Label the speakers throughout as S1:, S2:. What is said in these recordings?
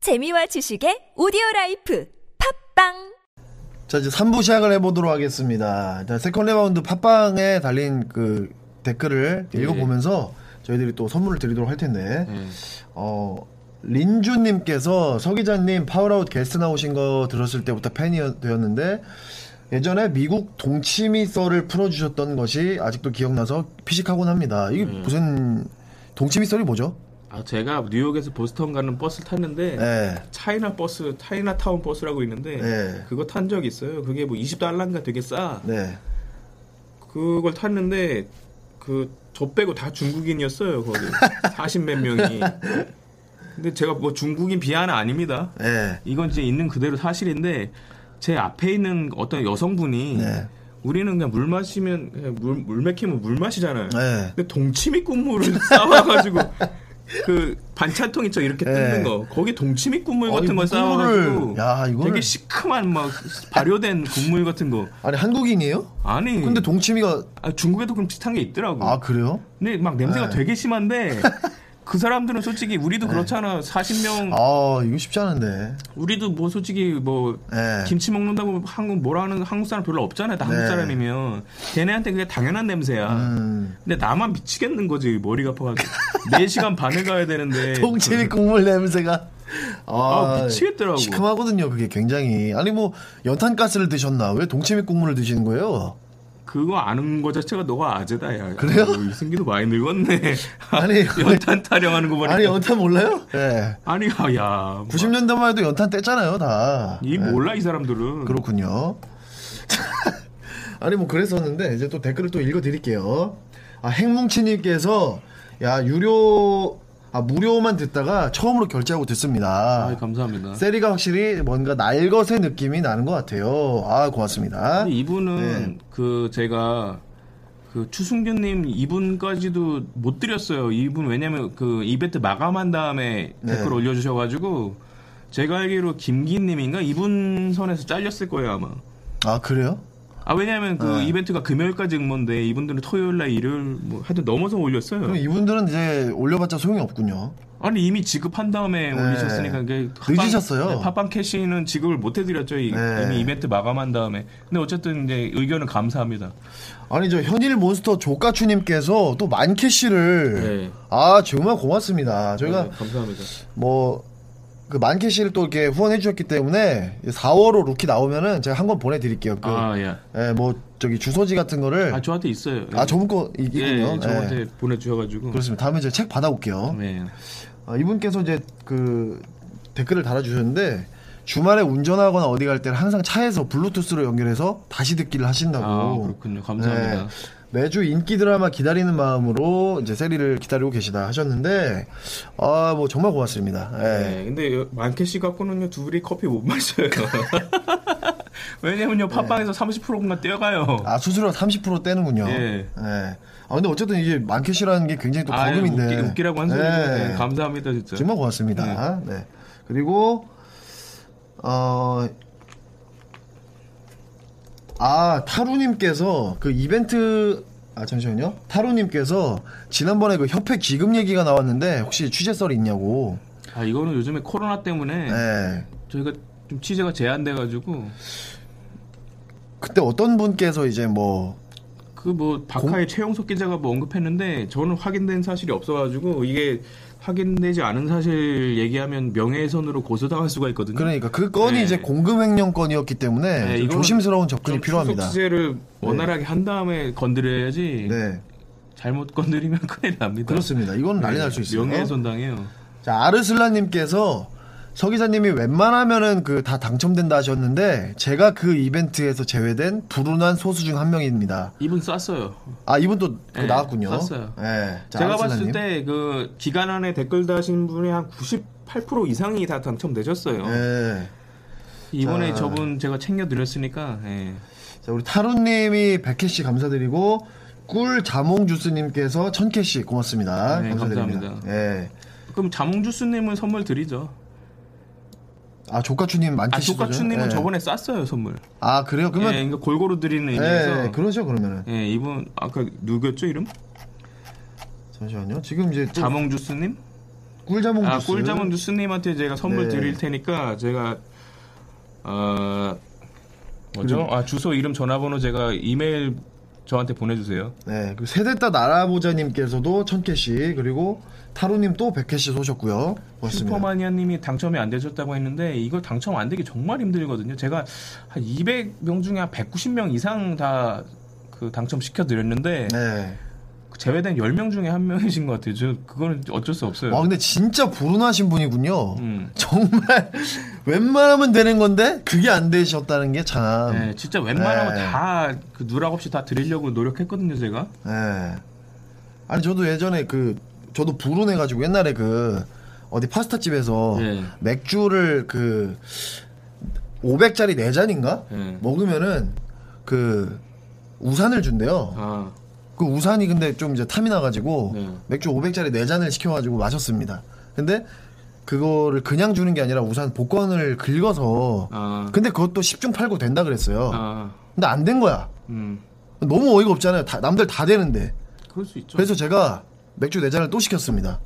S1: 재미와 지식의 오디오 라이프 팝빵
S2: 자 이제 3부 시작을 해보도록 하겠습니다. 자, 세컨 레바운드 팟빵에 달린 그 댓글을 읽어보면서 저희들이 또 선물을 드리도록 할 텐데 어 린주님께서 서 기자님 파울아웃 게스트 나오신 거 들었을 때부터 팬이 되었는데 예전에 미국 동치미 썰을 풀어주셨던 것이 아직도 기억나서 피식하곤 합니다. 이게 무슨 동치미 썰이 뭐죠?
S3: 아, 제가 뉴욕에서 보스턴 가는 버스를 탔는데
S2: 예.
S3: 차이나 버스, 차이나 타운 버스라고 있는데
S2: 네.
S3: 그거 탄 적이 있어요. 그게 뭐 20달러인가 되게 싸.
S2: 네.
S3: 그걸 탔는데 그 저 빼고 다 중국인이었어요. 거기 40몇 명이. 근데 제가 뭐 중국인 비하는 아닙니다.
S2: 예.
S3: 이건 진짜 있는 그대로 사실인데 제 앞에 있는 어떤 여성분이
S2: 네.
S3: 우리는 그냥 물 마시면 그냥 물, 물 맥히면 물 마시잖아요.
S2: 네.
S3: 근데 동치미 국물을 싸와가지고 그 반찬통 있죠 이렇게
S2: 네.
S3: 뜯는 거 거기 동치미 국물
S2: 아니,
S3: 같은 걸
S2: 국물을,
S3: 싸와가지고
S2: 야, 이거를-
S3: 되게 시큼한 막 발효된 국물 같은 거
S2: 아니 한국인이에요?
S3: 아니
S2: 근데 동치미가
S3: 아, 중국에도 그럼 비슷한 게 있더라고
S2: 아 네. 그래요?
S3: 근데 막 냄새가 되게 심한데 그 사람들은 솔직히 우리도 그렇잖아 40명
S2: 네. 아 이거 쉽지 않은데.
S3: 우리도 뭐 솔직히 뭐
S2: 예.
S3: 김치 먹는다고 한국 뭐라는 한국 사람 별로 없잖아요. 다
S2: 네.
S3: 한국 사람이면 걔네한테 그게 당연한 냄새야.
S2: 음.
S3: 근데 나만 미치겠는 거지 머리가 아파가지고 4시간 반을 가야 되는데
S2: 동치미 국물 냄새가
S3: 예. 아, 미치겠더라고.
S2: 시큼하거든요 그게 굉장히 아니 뭐 연탄가스를 드셨나 왜 동치미 국물을 드시는 거예요?
S3: 그거 아는 거 자체가 너가 아재다 야.
S2: 그래요?
S3: 어, 이승기도 많이 늙었네.
S2: 아니,
S3: 연탄 타령하는 거 보니까
S2: 아니 연탄 몰라요? 예.
S3: 아니 아, 야
S2: 90년대만 해도 연탄 뗐잖아요 다.
S3: 이 몰라 이 사람들은
S2: 네. 그렇군요. 아니 뭐 그랬었는데 이제 또 댓글을 또 읽어드릴게요. 아 행뭉치님께서 야 유료 아 무료만 듣다가 처음으로 결제하고 듣습니다.
S3: 아, 감사합니다.
S2: 세리가 확실히 뭔가 날것의 느낌이 나는 것 같아요. 아 고맙습니다.
S3: 근데 이분은 그 제가 그 추승규님 이분까지도 못 드렸어요. 이분 왜냐면 그 이벤트 마감한 다음에
S2: 네.
S3: 댓글 올려주셔가지고 제가 알기로 김기님인가 이분 선에서 잘렸을 거예요 아마.
S2: 아 그래요?
S3: 아 왜냐면 그
S2: 네.
S3: 이벤트가 금요일까지 응모인데 이분들은 토요일날 일요일 뭐 하여튼 넘어서
S2: 그럼
S3: 올렸어요.
S2: 이분들은 이제 올려봤자 소용이 없군요.
S3: 아니 이미 지급한 다음에 올리셨으니까 이게 팟빵-
S2: 네. 늦으셨어요.
S3: 네, 팟빵 캐시는 지급을 못 해드렸죠. 이-
S2: 네.
S3: 이미 이벤트 마감한 다음에. 근데 어쨌든 이제 의견은 감사합니다.
S2: 아니 저 현일 몬스터 조까추님께서 또 만캐시를
S3: 네.
S2: 아 정말 고맙습니다. 저희가
S3: 네, 감사합니다.
S2: 뭐 그 만캐시를 또 이렇게 후원해 주셨기 때문에 4월호 루키 나오면은 제가 한 권 보내드릴게요. 그,
S3: 아 예.
S2: 예, 뭐 저기 주소지 같은 거를
S3: 아
S2: 아,
S3: 저한테 있어요.
S2: 저분 거 이-
S3: 예,
S2: 이군요.
S3: 예,
S2: 예. 그렇죠?
S3: 저한테 보내주셔가지고.
S2: 그렇습니다. 다음에 제가 책 받아올게요.
S3: 네.
S2: 아, 이분께서 이제 그 댓글을 달아주셨는데 주말에 운전하거나 어디 갈 때는 항상 차에서 블루투스로 연결해서 다시 듣기를 하신다고.
S3: 아 그렇군요. 감사합니다.
S2: 네. 매주 인기 드라마 기다리는 마음으로 이제 세리를 기다리고 계시다 하셨는데 아 뭐 정말 고맙습니다.
S3: 네.
S2: 예.
S3: 근데 만캐 씨 갖고는요 둘이 커피 못 마셔요. 왜냐면요 팟빵에서 30%만 뛰어가요.
S2: 네. 아 수수료 30% 떼는군요.
S3: 예.
S2: 예. 아 근데 어쨌든 이게 만캐시라는 게 굉장히 또
S3: 아유,
S2: 거금인데
S3: 웃기, 라고한
S2: 예.
S3: 소리. 네. 감사합니다 진짜.
S2: 정말 고맙습니다. 네. 그리고 어. 아 타루님께서 그 이벤트 아 잠시만요 타루님께서 지난번에 그 협회 기금 얘기가 나왔는데 혹시 취재 썰이 있냐고
S3: 아 이거는 요즘에 코로나 때문에
S2: 네.
S3: 저희가 좀 취재가 제한돼가지고
S2: 그때 어떤 분께서 이제 뭐
S3: 그 뭐 박하의 최용석 기자가 뭐 언급했는데 저는 확인된 사실이 없어가지고 이게 확인되지 않은 사실 얘기하면 명예훼손으로 고소당할 수가 있거든요.
S2: 그러니까 그 건이
S3: 네.
S2: 이제 공금횡령 건이었기 때문에
S3: 네,
S2: 좀
S3: 이거는
S2: 조심스러운 접근이
S3: 좀
S2: 필요합니다.
S3: 추석 취재를 원활하게 한 다음에 건드려야지
S2: 네
S3: 잘못 건드리면 큰일 납니다.
S2: 그렇습니다. 이건 난리 날 수 있어요.
S3: 네. 명예훼손 당해요.
S2: 자, 아르슬라님께서 서 기자님이 웬만하면은 그 다 당첨된다 하셨는데 제가 그 이벤트에서 제외된 불운한 소수 중 한 명입니다.
S3: 이분 쌌어요.
S2: 아 이분 또 그
S3: 네,
S2: 나왔군요.
S3: 쌌어요.
S2: 네, 자,
S3: 제가
S2: 아르슬라님.
S3: 봤을 때 그 기간 안에 댓글 다신 분이 한 98% 이상이 다 당첨되셨어요.
S2: 네.
S3: 이번에
S2: 자.
S3: 저분 제가 챙겨드렸으니까 예.
S2: 자, 우리 타루님이 100회 씨 감사드리고 꿀 자몽 주스님께서 1000회 씨 고맙습니다.
S3: 네,
S2: 감사드립니다.
S3: 감사합니다.
S2: 네.
S3: 그럼 자몽주스님은 선물 드리죠.
S2: 아 조카추님
S3: 아
S2: 만키시
S3: 조카추님은 저번에 쌌어요 선물.
S2: 아 네. 그래요?
S3: 예,
S2: 그러면
S3: 그러니까 골고루 드리는
S2: 예,
S3: 의미에서.
S2: 그러죠 그러면은
S3: 예, 이분 아까 누구였죠 이름?
S2: 잠시만요. 지금 이제 또-
S3: 자몽주스님?
S2: 꿀자몽
S3: 아,
S2: 주스.
S3: 꿀자몽 주스님한테 제가 선물
S2: 네.
S3: 드릴 테니까 제가 어, 뭐죠? 아 주소 이름 전화번호 제가 이메일 저한테 보내주세요.
S2: 네, 그 세대따 날아보자님께서도 1000캐시, 그리고 타로님 또 100캐시 쏘셨고요. 고맙습니다.
S3: 슈퍼마니아님이 당첨이 안 되셨다고 했는데 이거 당첨 안 되기 정말 힘들거든요. 제가 한 200명 중에 한 190명 이상 다 그 당첨 시켜드렸는데
S2: 네.
S3: 제외된 10명 중에 한 명이신 것 같아요. 저 그거는 어쩔 수 없어요.
S2: 와, 근데 진짜 불운하신 분이군요.
S3: 음.
S2: 정말 웬만하면 되는 건데 그게 안 되셨다는 게 참. 네.
S3: 네, 진짜 웬만하면
S2: 네.
S3: 다그 누락 없이 다 드리려고 노력했거든요, 제가.
S2: 네. 아니 저도 예전에 그 저도 불운해가지고 옛날에 그 어디 파스타 집에서
S3: 예.
S2: 맥주를 그 500짜리 4 잔인가
S3: 예.
S2: 먹으면은 그 우산을 준대요.
S3: 아,
S2: 그 우산이 근데 좀 이제 탐이 나가지고
S3: 네.
S2: 맥주 500짜리 4잔을 시켜가지고 마셨습니다. 근데 그거를 그냥 주는 게 아니라 우산 복권을 긁어서
S3: 아,
S2: 근데 그것도 10중 8구 된다 그랬어요.
S3: 아,
S2: 근데 안 된 거야.
S3: 음,
S2: 너무 어이가 없잖아요. 다- 남들 다 되는데.
S3: 그럴 수 있죠.
S2: 그래서 제가 맥주 4잔을 또 시켰습니다.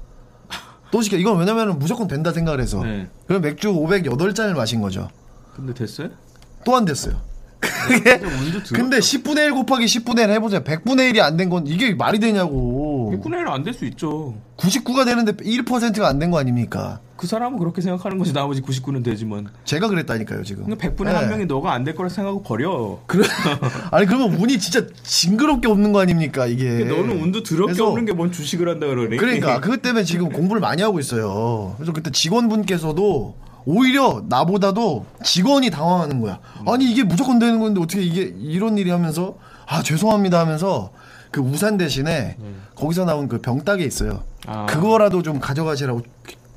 S2: 또 시켜. 이건 왜냐면 무조건 된다 생각을 해서.
S3: 네.
S2: 그럼 맥주 508잔을 마신 거죠.
S3: 근데 됐어요?
S2: 또 안 됐어요. 그게
S3: 운도 들어.
S2: 근데 10분의 1 곱하기 10분의 1 해보세요. 100분의 1이 안 된 건 이게 말이 되냐고.
S3: 1분의 1은 안 될 수 있죠.
S2: 99가 되는데 1%가 안 된 거 아닙니까?
S3: 그 사람은 그렇게 생각하는 거지 나머지 99는 되지만.
S2: 제가 그랬다니까요, 지금.
S3: 근데 100분의
S2: 네.
S3: 한 명이 너가 안 될 거라 생각하고 버려.
S2: 그래. 아니, 그러면 운이 진짜 징그럽게 없는 거 아닙니까, 이게.
S3: 너는 운도 더럽게
S2: 그래서-
S3: 없는 게 뭔 주식을 한다 그러니.
S2: 그러니까, 그것 때문에 지금 공부를 많이 하고 있어요. 그래서 그때 직원분께서도 오히려 나보다도 직원이 당황하는 거야. 아니, 이게 무조건 되는 건데 어떻게 이게 이런 일이 하면서, 아, 죄송합니다 하면서 그 우산 대신에 거기서 나온 그 병따개 있어요.
S3: 음. 아.
S2: 그거라도 좀 가져가시라고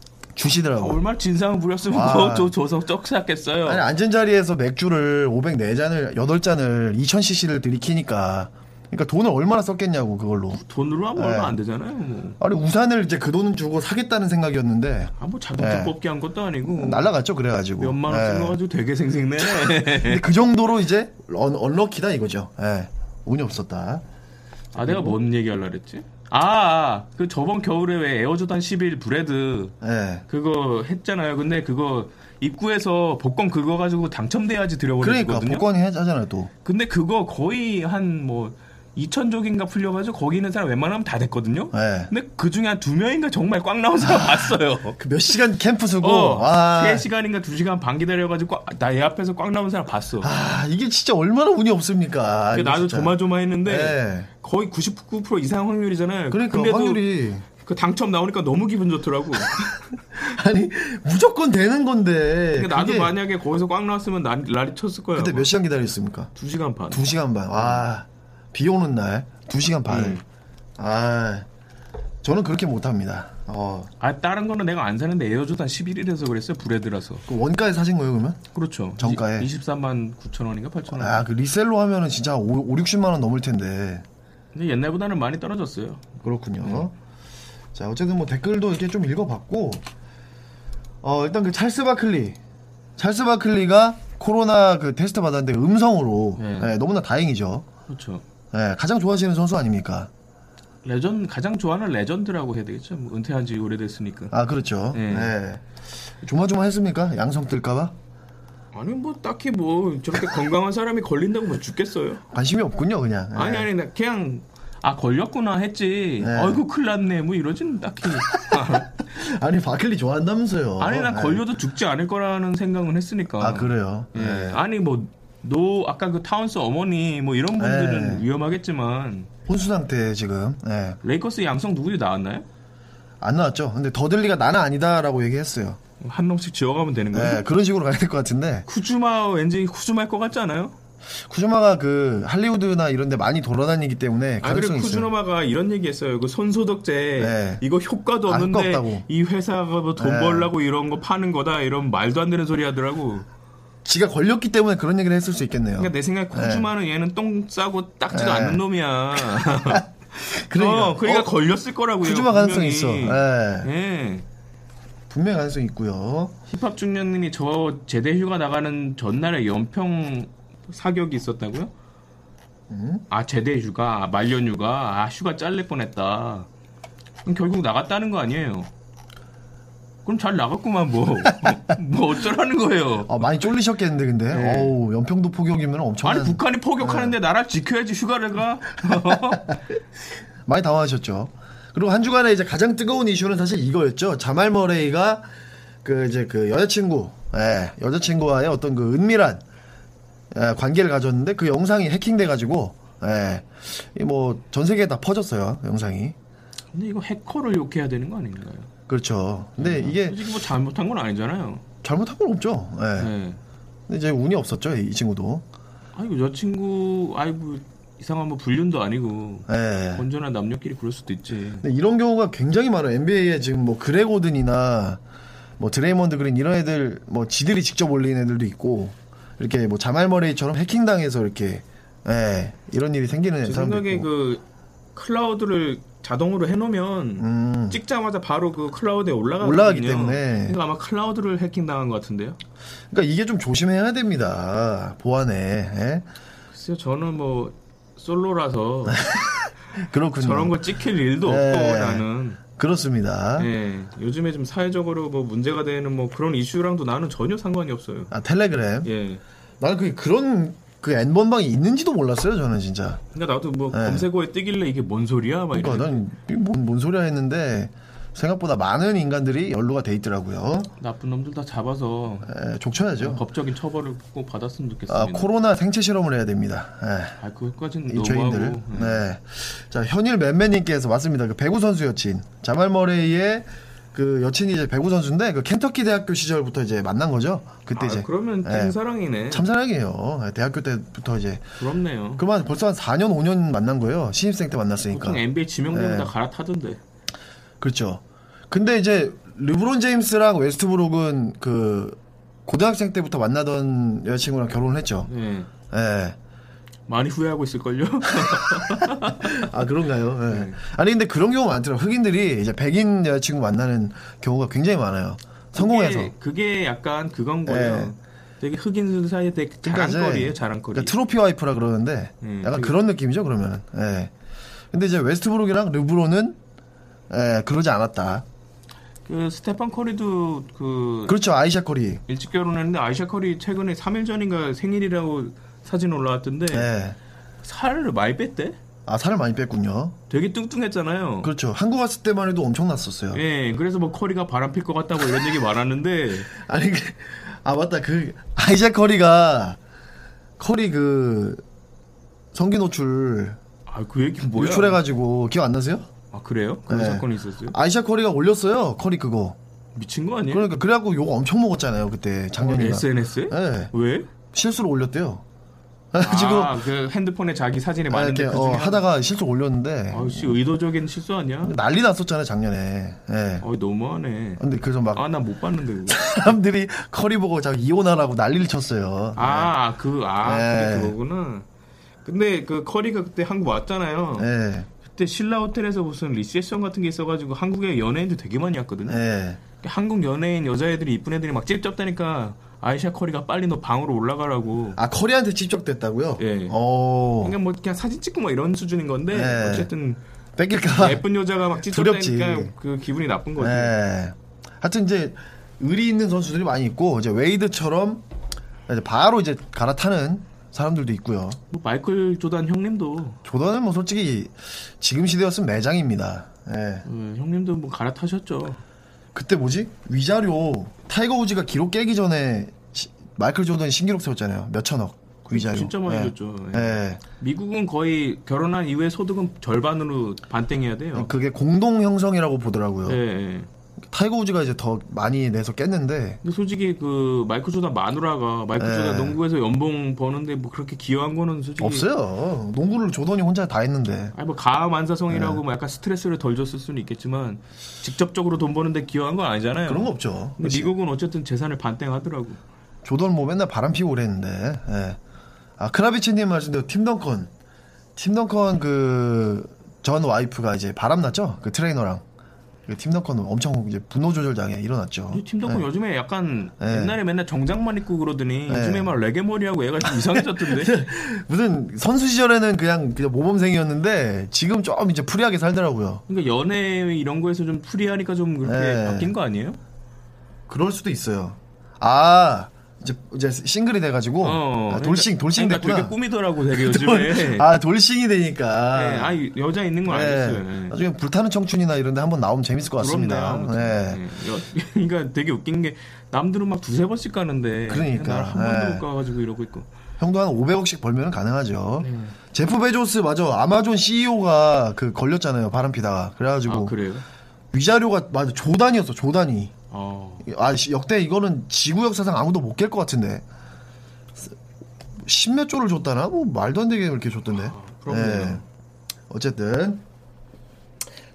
S3: 아,
S2: 주시더라고요.
S3: 얼마나 진상을 부렸으면
S2: 아.
S3: 그거 저- 줘서 쩍삭했어요.
S2: 아니 앉은 자리에서 맥주를 504잔을 8잔을 2000cc를 들이키니까 그러니까 돈을 얼마나 썼겠냐고 그걸로
S3: 돈으로 하면
S2: 네.
S3: 얼마 안 되잖아요. 뭐.
S2: 아니 우산을 이제 그 돈은 주고 사겠다는 생각이었는데
S3: 아, 뭐 자동차
S2: 네.
S3: 뽑기 한 것도 아니고.
S2: 날라갔죠 그래가지고
S3: 몇만 원 예.
S2: 예.
S3: 찍어가지고 되게 생생내.
S2: 근데 그 정도로 이제 언, 언럭키다 이거죠 예. 운이 없었다
S3: 아 내가 뭔 얘기하려 그랬지? 아, 아, 그 저번 겨울에 왜 에어조단 11 브레드
S2: 예.
S3: 그거 했잖아요. 근데 그거 입구에서 복권 그거 가지고 당첨돼야지
S2: 그러니까
S3: 들여보내거든요.
S2: 복권이 하잖아요 또
S3: 근데 그거 거의 한 뭐 2천족인가 풀려가지고 거기 있는 사람 웬만하면 다 됐거든요.
S2: 예.
S3: 근데 그 중에 한 두 명인가 정말 꽉 나온 사람 봤어요.
S2: 그 몇 시간 캠프 쓰고
S3: 어,
S2: 아,
S3: 3시간인가 2시간 반 기다려가지고 나 얘 앞에서 꽉 나온 사람 봤어.
S2: 아, 이게 진짜 얼마나 운이 없습니까
S3: 그
S2: 아, 이거
S3: 나도
S2: 진짜.
S3: 조마조마했는데
S2: 예.
S3: 거의 99% 이상 확률이잖아요.
S2: 그러니까
S3: 근데도
S2: 확률이
S3: 그 당첨 나오니까 너무 기분 좋더라고.
S2: 아니 무조건 되는 건데
S3: 그러니까 나도
S2: 그게-
S3: 만약에 거기서 꽉 나왔으면 난 라리 쳤을 거야.
S2: 그때 몇 시간 기다렸습니까?
S3: 두 시간 반.
S2: 두 시간 반. 와, 비 오는 날, 두 시간 반.
S3: 음.
S2: 아, 저는 그렇게 못합니다. 어,
S3: 아 다른 거는 내가 안 사는데 에어조단 11일에서 그랬어요. 브레드라서.
S2: 그 원가에 사신 거예요, 그러면?
S3: 그렇죠.
S2: 정가에?
S3: 23만 9천 원인가 8천 원.
S2: 아, 그 리셀로 하면은 진짜 5, 60만 원 넘을 텐데.
S3: 근데 옛날보다는 많이 떨어졌어요.
S2: 그렇군요.
S3: 음.
S2: 자, 어쨌든 뭐 댓글도 이렇게 좀 읽어봤고, 어, 일단 그 찰스 바클리. 찰스 바클리가 코로나 그 테스트 받았는데 음성으로.
S3: 네.
S2: 예, 너무나 다행이죠.
S3: 그렇죠.
S2: 예, 가장 좋아하시는 선수 아닙니까?
S3: 레전 가장 좋아하는 레전드라고 해야 되겠죠. 뭐 은퇴한 지 오래됐으니까.
S2: 아, 그렇죠.
S3: 네.
S2: 예. 조마조마했습니까? 양성 뜰까봐?
S3: 아니 뭐 딱히 뭐 저렇게 건강한 사람이 걸린다고 뭐 죽겠어요.
S2: 관심이 없군요, 그냥. 예.
S3: 아니 아니 나 그냥 아 걸렸구나 했지.
S2: 네. 어,
S3: 아이고 큰일 났네 뭐 이러진 딱히.
S2: 아니 바클리 좋아한다면서요. 네.
S3: 아니 나 걸려도 죽지 않을 거라는 생각은 했으니까.
S2: 아 그래요.
S3: 예.
S2: 예.
S3: 아니 뭐 노 아까 그 타운스 어머니 뭐 이런 분들은
S2: 예.
S3: 위험하겠지만
S2: 혼수 상태 지금. 예.
S3: 레이커스 양성 누구지 나왔나요?
S2: 안 나왔죠. 근데 더들리가 나는 아니다라고 얘기했어요.
S3: 한 놈씩 지어가면 되는 거예요.
S2: 예. 그런 식으로 가야 될 것 같은데
S3: 쿠즈마 왠지 쿠즈마일 것 같지 않아요?
S2: 쿠즈마가 그 할리우드나 이런데 많이 돌아다니기 때문에
S3: 아 그리고
S2: 가능성이 있어요.
S3: 쿠즈노마가 이런 얘기했어요. 그 손소독제
S2: 네.
S3: 이거 효과도
S2: 아, 효과
S3: 없는데
S2: 없다고.
S3: 이 회사가 뭐 돈
S2: 네.
S3: 벌려고 이런 거 파는 거다 이런 말도 안 되는 소리 하더라고.
S2: 지가 걸렸기 때문에 그런 얘기를 했을 수 있겠네요.
S3: 그러니까 내 생각에 쿠즈마는 얘는 똥 싸고 닦지도
S2: 네.
S3: 않는 놈이야.
S2: 그러니까.
S3: 어, 그러니까
S2: 어,
S3: 걸렸을 거라고요.
S2: 쿠즈마 가능성이 있어.
S3: 분명히.
S2: 예.
S3: 예.
S2: 분명 히 가능성이 있고요.
S3: 힙합 중년님이 저 제대 휴가 나가는 전날에 연평 사격이 있었다고요?
S2: 음?
S3: 아 제대 휴가, 아, 말년 휴가, 아 휴가 잘릴 뻔했다. 그럼 결국 나갔다는 거 아니에요? 그럼 잘 나갔구만 뭐. 뭐 어쩌라는 거예요.
S2: 아, 많이 쫄리셨겠는데 근데 어우 연평도 포격이면 엄청난
S3: 네. 아니 북한이
S2: 네.
S3: 포격하는데 나라 지켜야지 휴가를 가.
S2: 많이 당황하셨죠. 그리고 한 주간에 이제 가장 뜨거운 이슈는 사실 이거였죠. 자말 머레이가 그 이제 그 여자친구, 예, 여자친구와의 어떤 그 은밀한 예, 관계를 가졌는데 그 영상이 해킹돼가지고 예, 뭐전 세계에 다 퍼졌어요. 영상이
S3: 근데 이거 해커를 욕해야 되는 거 아닌가요?
S2: 그렇죠. 근데 이게
S3: 솔직히 뭐 잘못한 건 아니잖아요.
S2: 잘못한 건 없죠. 예.
S3: 네.
S2: 근데 이제 운이 없었죠. 이, 이 친구도.
S3: 아이고 여자친구 아이고 이상한 뭐 불륜도 아니고
S2: 예.
S3: 건전한 남녀끼리 그럴 수도 있지.
S2: 근데 이런 경우가 굉장히 많아요. NBA에 지금 뭐 그레고든이나 뭐 드레이먼드 그린 이런 애들 뭐 지들이 직접 올린 애들도 있고 이렇게 뭐 자말 머레이처럼 해킹 당해서 이렇게 예, 이런 일이 생기는
S3: 제
S2: 사람도
S3: 생각에
S2: 있고.
S3: 그 클라우드를 자동으로 해놓으면
S2: 음,
S3: 찍자마자 바로 그 클라우드에 올라가
S2: 올라가기 때문에.
S3: 그러니까 아마 클라우드를 해킹 당한 것 같은데요.
S2: 그러니까 이게 좀 조심해야 됩니다. 보안에 예?
S3: 글쎄요 저는 뭐 솔로라서
S2: 그렇군요.
S3: 저런 거 찍힐 일도
S2: 네. 아?
S3: 없고 나는
S2: 그렇습니다.
S3: 예, 요즘에 좀 사회적으로 뭐 문제가 되는 뭐 그런 이슈랑도 나는 전혀 상관이 없어요.
S2: 아 텔레그램.
S3: 예.
S2: 나는 그 그런 그 N 번방이 있는지도 몰랐어요. 저는 진짜.
S3: 그러니까 나도 뭐
S2: 네.
S3: 검색어에 뜨길래 이게 뭔 소리야? 막
S2: 그러니까
S3: 이런
S2: 난뭔 뭔 소리야 했는데 생각보다 많은 인간들이 연루가 돼 있더라고요.
S3: 나쁜 놈들 다 잡아서
S2: 예, 족쳐야죠.
S3: 법적인 처벌을 꼭 받았으면 좋겠습니다.
S2: 아, 코로나 생체 실험을 해야 됩니다. 예.
S3: 아, 그것까지는
S2: 이
S3: 너무하고.
S2: 죄인들.
S3: 예.
S2: 네. 자, 현일 맨맨님께서 맞습니다. 그 배구 선수 여친. 자말 머레이의 그 여친이 이제 배구 선수인데 그 켄터키 대학교 시절부터 이제 만난 거죠. 그때
S3: 아,
S2: 이제
S3: 그러면
S2: 예.
S3: 땡사랑이네.
S2: 참사랑이에요. 예, 대학교 때부터 이제
S3: 부럽네요.
S2: 그만 벌써 한 4년 5년 만난 거예요. 신입생 때 만났으니까.
S3: 보통 NBA 지명되면
S2: 예.
S3: 다 갈아타던데.
S2: 그렇죠. 근데 이제 르브론 제임스랑 웨스트브룩은 그 고등학생 때부터 만나던 여자친구랑 결혼을 했죠.
S3: 예.
S2: 예.
S3: 많이 후회하고 있을걸요?
S2: 아 그런가요? 예.
S3: 네.
S2: 아니 근데 그런 경우 많더라고. 흑인들이 이제 백인 여자친구 만나는 경우가 굉장히 많아요. 성공해서. 네.
S3: 그게, 그게 약간 그건 거예요. 되게 흑인들 사이에 되게
S2: 그러니까 이제
S3: 자랑거리예요, 자랑거리.
S2: 그러니까 트로피 와이프라 그러는데
S3: 음,
S2: 약간
S3: 그게-
S2: 그런 느낌이죠 그러면. 예. 근데 이제 웨스트브룩이랑 르브론은 예, 그러지 않았다.
S3: 그 스테판 커리도 그
S2: 그렇죠 아이샤 커리.
S3: 일찍 결혼했는데 아이샤 커리 최근에 3일 전인가 생일이라고 사진 올라왔던데
S2: 예.
S3: 살을 많이 뺐대?
S2: 아 살을 많이 뺐군요.
S3: 되게 뚱뚱했잖아요.
S2: 그렇죠. 한국 왔을 때만 해도 엄청났었어요.
S3: 예, 그래서 뭐 커리가 바람 필 것 같다고 이런 얘기 많았는데
S2: 아니 그- 아 맞다 그 아이샤 커리가 커리 그 성기 노출
S3: 아 그 얘기 뭐야?
S2: 유출해가지고 기억 안 나세요?
S3: 아 그래요? 그런
S2: 네.
S3: 사건이 있었어요?
S2: 아이샤 커리가 올렸어요. 커리 그거.
S3: 미친 거 아니에요? 어,
S2: 그러니까 그래갖고 욕 엄청 먹었잖아요 그때 작년에.
S3: SNS에?
S2: 예.
S3: 왜?
S2: 실수로 올렸대요. 지금
S3: 아, 그 핸드폰에 자기 사진에
S2: 아,
S3: 맞는데
S2: 이렇게
S3: 그 중에
S2: 어,
S3: 하나-
S2: 하다가 네. 실수 로 올렸는데
S3: 아씨 의도적인 실수 아니야?
S2: 난리 났었잖아요 작년에. 예.
S3: 어 너무하네.
S2: 근데 그래서 막
S3: 아 나 못 봤는데 그거.
S2: 네. 사람들이 커리 보고 자 이혼하라고 난리를 쳤어요.
S3: 아, 그, 아,
S2: 네.
S3: 그게 그거구나. 근데 그 커리가 그때 한국 왔잖아요.
S2: 예.
S3: 그때 신라 호텔에서 무슨 리셉션 같은 게 있어가지고 한국에 연예인들 되게 많이 왔거든요.
S2: 예.
S3: 한국 연예인 여자애들이 이쁜 애들이 막 찝쩍대니까 아이샤 커리가 빨리 너 방으로 올라가라고.
S2: 아 커리한테 집적됐다고요? 어.
S3: 예.
S2: 오.
S3: 그냥 뭐 그냥 사진 찍고 막 이런 수준인 건데
S2: 네.
S3: 어쨌든
S2: 뺏길까?
S3: 예쁜 여자가 막
S2: 두렵지.
S3: 찝쩍대니까 그 기분이 나쁜 거지.
S2: 예. 하여튼 이제 의리 있는 선수들이 많이 있고 이제 웨이드처럼 이제 바로 이제 갈아타는 사람들도 있고요.
S3: 뭐 마이클 조단 형님도
S2: 조던은 뭐 솔직히 지금 시대였으면 매장입니다. 예.
S3: 어, 형님도 뭐 갈아타셨죠.
S2: 그때 뭐지? 위자료 타이거 우즈가 기록 깨기 전에 시- 마이클 조던이 신기록 세웠잖아요. 몇 천억 위자료.
S3: 진짜 많이
S2: 예.
S3: 줬죠. 예.
S2: 예.
S3: 미국은 거의 결혼한 이후에 소득은 절반으로 반땡해야 돼요.
S2: 그게 공동 형성이라고 보더라고요.
S3: 예, 예.
S2: 타이거 우즈가 이제 더 많이 내서 깼는데
S3: 근데 솔직히 그 마이클 조단 마누라가 마이클
S2: 예.
S3: 조단 농구에서 연봉 버는데 뭐 그렇게 기여한 거는 솔직히
S2: 없어요. 농구를 조던이 혼자 다 했는데.
S3: 아니 뭐 가암 만사성이라고
S2: 네.
S3: 뭐 약간 스트레스를 덜 줬을 수는 있겠지만 직접적으로 돈 버는데 기여한 건 아니잖아요.
S2: 그런 거 없죠.
S3: 네. 근데 미국은 어쨌든 재산을 반땡하더라고.
S2: 조던 뭐 맨날 바람 피고 그랬는데. 예. 아 크라비치님 말씀대로 팀 덩컨, 팀 덩컨 그 전 와이프가 이제 바람 났죠. 그 트레이너랑 그팀 덩컨 엄청 이제 분노 조절 장애 일어났죠.
S3: 근데 팀 덕후 요즘에 약간
S2: 예.
S3: 옛날에 맨날 정장만 입고
S2: 예.
S3: 그러더니 요즘에 막 레게 머리하고 얘가 좀
S2: 네.
S3: 이상해졌던데.
S2: 무슨 선수 시절에는 그냥 그냥 모범생이었는데 지금 좀 이제 프리하게 살더라고요.
S3: 그러니까 연애 이런 거에서 좀 프리하니까 좀 그렇게
S2: 예.
S3: 바뀐 거 아니에요?
S2: 그럴 수도 있어요. 아 이제 이제 싱글이 돼가지고 아, 돌싱 돌싱
S3: 그러니까
S2: 됐구나.
S3: 되게 꿈이더라고 되게 요즘에.
S2: 아 돌싱이 되니까.
S3: 네, 아 여자 있는 건
S2: 네.
S3: 알겠어요. 네.
S2: 나중에 불타는 청춘이나 이런데 한번 나오면 재밌을 것 같습니다.
S3: 부럽네요, 아무튼.
S2: 네.
S3: 예. 여- 그러니까 되게 웃긴 게 남들은 막 두세 번씩 가는데
S2: 그러니까,
S3: 나한
S2: 예.
S3: 번도 못 가가지고 이러고 있고.
S2: 형도 한 500억씩 벌면 가능하죠.
S3: 네.
S2: 제프 베조스 맞아 아마존 CEO가 그 걸렸잖아요 바람 피다가
S3: 아
S2: 그래가지고
S3: 그래요?
S2: 위자료가 맞아 조단이었어 조단이.
S3: 어.
S2: 아 시- 역대 이거는 지구 역사상 아무도 못 깰 것 같은데 십몇 조를 줬다나 뭐 말도 안 되게 이렇게 줬던데.
S3: 아,
S2: 예.
S3: 그렇네요.
S2: 어쨌든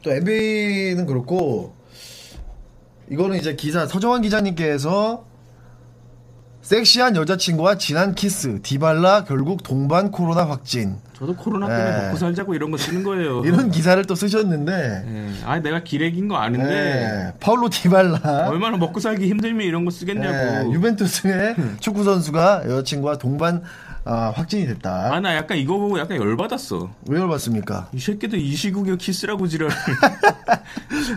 S2: 또 NBA는 그렇고 이거는 이제 기사 서정환 기자님께서 섹시한 여자친구와 진한 키스 디발라 결국 동반 코로나 확진
S3: 저도 코로나 때문에
S2: 예.
S3: 먹고 살자고 이런 거 쓰는 거예요.
S2: 이런 기사를 또 쓰셨는데
S3: 예. 아 내가 기렉인 거 아는데
S2: 네, 파울로 디발라
S3: 얼마나 먹고 살기 힘들면 이런 거 쓰겠냐고.
S2: 네, 예. 유벤투스의
S3: 음.
S2: 축구 선수가 여자친구와 동반 아, 확진이 됐다.
S3: 아 나 약간 이거 보고 약간 열받았어.
S2: 왜 열받습니까?
S3: 이 새끼들 이 시국에 키스라고 지랄.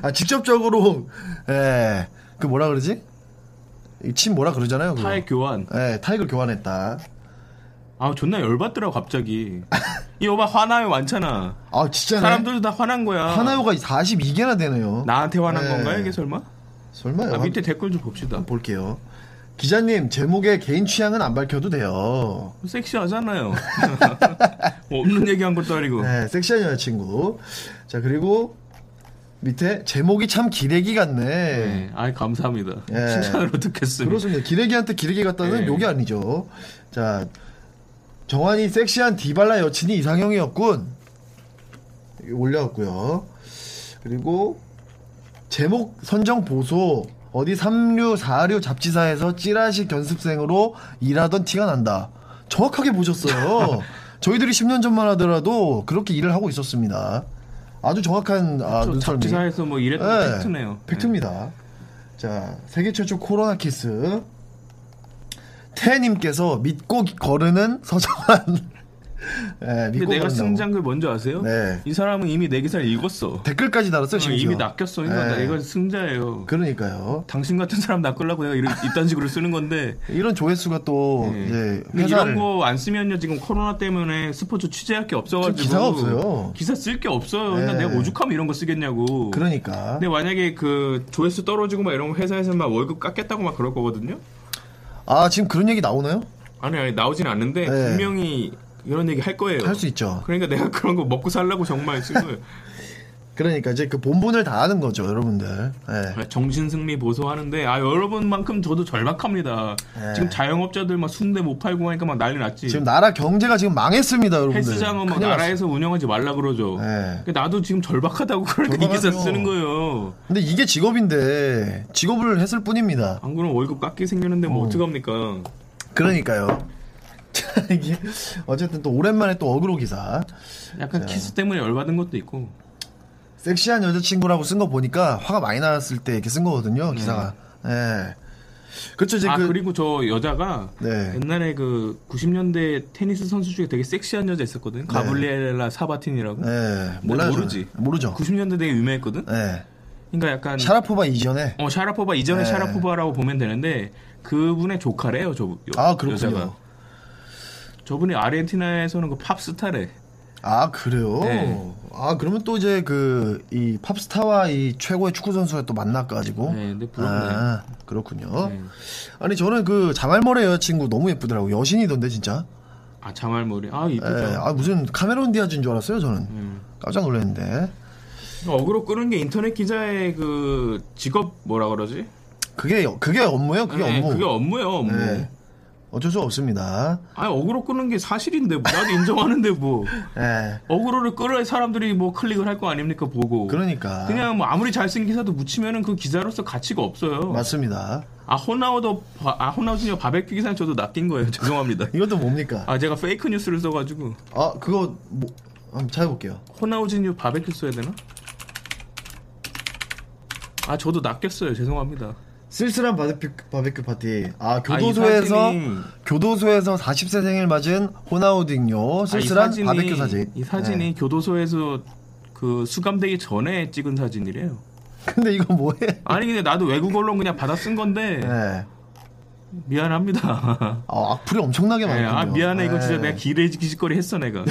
S2: 아, 직접적으로 예, 그 뭐라 그러지? 이침 뭐라 그러잖아요. 그거.
S3: 타액 교환.
S2: 예, 타액을 교환했다.
S3: 아 존나 열받더라고 갑자기. 이 오빠 화나요 많잖아.
S2: 아 진짜
S3: 사람들도 다 화난 거야.
S2: 하나요가 42개나 되네요.
S3: 나한테 화난
S2: 네.
S3: 건가요 이게 설마?
S2: 설마요?
S3: 아, 밑에 댓글 좀 봅시다.
S2: 한번 볼게요. 기자님 제목에 개인 취향은 안 밝혀도 돼요.
S3: 섹시하잖아요. 뭐 없는 얘기한 것도 아니고.
S2: 네, 섹시한 여자친구. 자 그리고 밑에 제목이 참 기레기 같네.
S3: 네. 아이 감사합니다.
S2: 네.
S3: 칭찬을 어떻겠습니까?
S2: 그렇습니다. 기레기한테 기레기 같다는
S3: 예.
S2: 욕이 아니죠. 자, 정환이 섹시한 디발라 여친이 이상형이었군. 이거 올려왔고요. 그리고 제목 선정 보소 어디 3류 4류 잡지사에서 찌라시 견습생으로 일하던 티가 난다. 정확하게 보셨어요. 저희들이 10년 전만 하더라도 그렇게 일을 하고 있었습니다. 아주 정확한 아,
S3: 저
S2: 눈썰미.
S3: 잡지사에서 뭐 이랬던 거
S2: 네,
S3: 팩트네요.
S2: 팩트입니다. 자, 세계 최초 코로나 키스. 태님께서 믿고 거르는 서정환. 네,
S3: 네.
S2: 믿고
S3: 근데 내가
S2: 거른다고.
S3: 쓴 장글 뭔지 아세요?
S2: 네.
S3: 이 사람은 이미 내 기사를 읽었어.
S2: 댓글까지 달았어요,
S3: 어,
S2: 심지어.
S3: 이미 낚였어. 이거
S2: 네.
S3: 나 이거 승자예요.
S2: 그러니까요.
S3: 당신 같은 사람 낚으려고 내가 이런, 이딴 식으로 쓰는 건데.
S2: 이런 조회수가 또
S3: 예.
S2: 이제
S3: 근데
S2: 네, 회사를
S3: 이런 거 안 쓰면요 지금 코로나 때문에 스포츠 취재할 게 없어가지고
S2: 지금 기사가 없어요.
S3: 기사 쓸 게 없어요. 그러니까
S2: 예.
S3: 내가 오죽하면 이런 거 쓰겠냐고.
S2: 그러니까.
S3: 근데 만약에 그 조회수 떨어지고 막 이런 회사에서 막 월급 깎겠다고 막 그럴 거거든요.
S2: 아, 지금 그런 얘기 나오나요?
S3: 아니 아니 나오진 않는데
S2: 네.
S3: 분명히 이런 얘기 할 거예요.
S2: 할 수 있죠.
S3: 그러니까 내가 그런 거 먹고 살라고 정말 쓴 거예요.
S2: 그러니까 이제 그 본분을 다하는 거죠, 여러분들. 예.
S3: 아, 정신 승리 보소하는데 아 여러분만큼 저도 절박합니다.
S2: 네.
S3: 지금 자영업자들 막 순대 못 팔고 하니까 막 난리 났지.
S2: 지금 나라 경제가 지금 망했습니다, 여러분들.
S3: 예. 헬스장은 막
S2: 큰일 났어요.
S3: 나라에서 운영하지 말라 그러죠.
S2: 네.
S3: 그러니까 나도 지금 절박하다고 그러니까 이 기사
S2: 절박하죠.
S3: 쓰는 거예요.
S2: 근데 이게 직업인데 직업을 했을 뿐입니다.
S3: 안 그러면 월급 깎기 생기는데 뭐 어떡합니까?
S2: 그러니까요. 자, 이게 어쨌든 또 오랜만에 또 어그로 기사.
S3: 약간 키스 때문에 열받은 것도 있고.
S2: 섹시한 여자친구라고 쓴 거 보니까 화가 많이 났을 때 이렇게 쓴 거거든요, 기사가. 예. 그렇죠, 이제
S3: 아
S2: 그.
S3: 그... 리고저 여자가
S2: 네.
S3: 옛날에 그 90년대 테니스 선수 중에 되게 섹시한 여자
S2: 네.
S3: 있었거든. 가브리엘라 사바틴이라고.
S2: 예. 몰라요.
S3: 모르지. 그
S2: 저는. 모르죠.
S3: 90년대 되게 유명했거든.
S2: 예.
S3: 그러니까 약간
S2: 샤라포바 이전에.
S3: 어 샤라포바 이전의
S2: 네.
S3: 샤라포바라고 보면 되는데 그분의 조카래요 저 여,
S2: 아, 그렇군요.
S3: 여자가. 저분이 아르헨티나에서는 그 팝스타래.
S2: 아, 그래요?
S3: 네.
S2: 아, 그러면 또 이제 그, 이 팝스타와 이 최고의 축구선수가 또 만나가지고.
S3: 네, 근데 부럽네.
S2: 아, 그렇군요.
S3: 네.
S2: 아니, 저는 그 자말머레 여자친구 너무 예쁘더라고. 여신이던데, 진짜.
S3: 아 장알머리. 아
S2: 예,
S3: 이쁘죠. 음.
S2: 아 무슨 카메론 디아즈인 줄 알았어요 저는 깜짝 놀랐는데
S3: 어그로 끄는 게 인터넷 기자의 그 직업 뭐라 그러지?
S2: 그게 그게 업무예요 그게
S3: 네,
S2: 업무
S3: 그게 업무예요 업무.
S2: 예. 어쩔 수 없습니다
S3: 아니 어그로 끄는 게 사실인데 뭐, 나도 인정하는데 뭐
S2: 예
S3: 어그로를 끌어야 사람들이 뭐 클릭을 할 거 아닙니까 보고.
S2: 그러니까
S3: 그냥 뭐 아무리 잘쓴 기사도 묻히면은 그 기사로서 가치가 없어요.
S2: 맞습니다
S3: 아 호나우도 바- 아 호나우드니어 바베큐 기사는 저도 낚인 거예요. 죄송합니다.
S2: 이것도 뭡니까 아,
S3: 아 제가 페이크 뉴스를 써가지고
S2: 그거 뭐 한번 찾아볼게요
S3: 호나우드니어 바베큐 써야 되나? 아 저도 낚였어요. 죄송합니다. 아,
S2: 쓸쓸한 바베큐, 바베큐 파티 아 교도소에서
S3: 아, 이 사진이-
S2: 교도소에서 40세 생일 맞은 호나우딩요
S3: 아, 이
S2: 쓸쓸한
S3: 사진이-
S2: 바베큐 사진 예. 네.
S3: 이 사진이 교도소에서 그 수감되기 전에 찍은 사진이래요.
S2: 근데 이거 뭐해?
S3: 아니 근데 나도 외국 언론 그냥 받아 쓴 건데
S2: 네.
S3: 미안합니다.
S2: 아, 악플이 엄청나게
S3: 예,
S2: 많아요.
S3: 아 미안해 이거 진짜 내가 기레기짓거리 했어 내가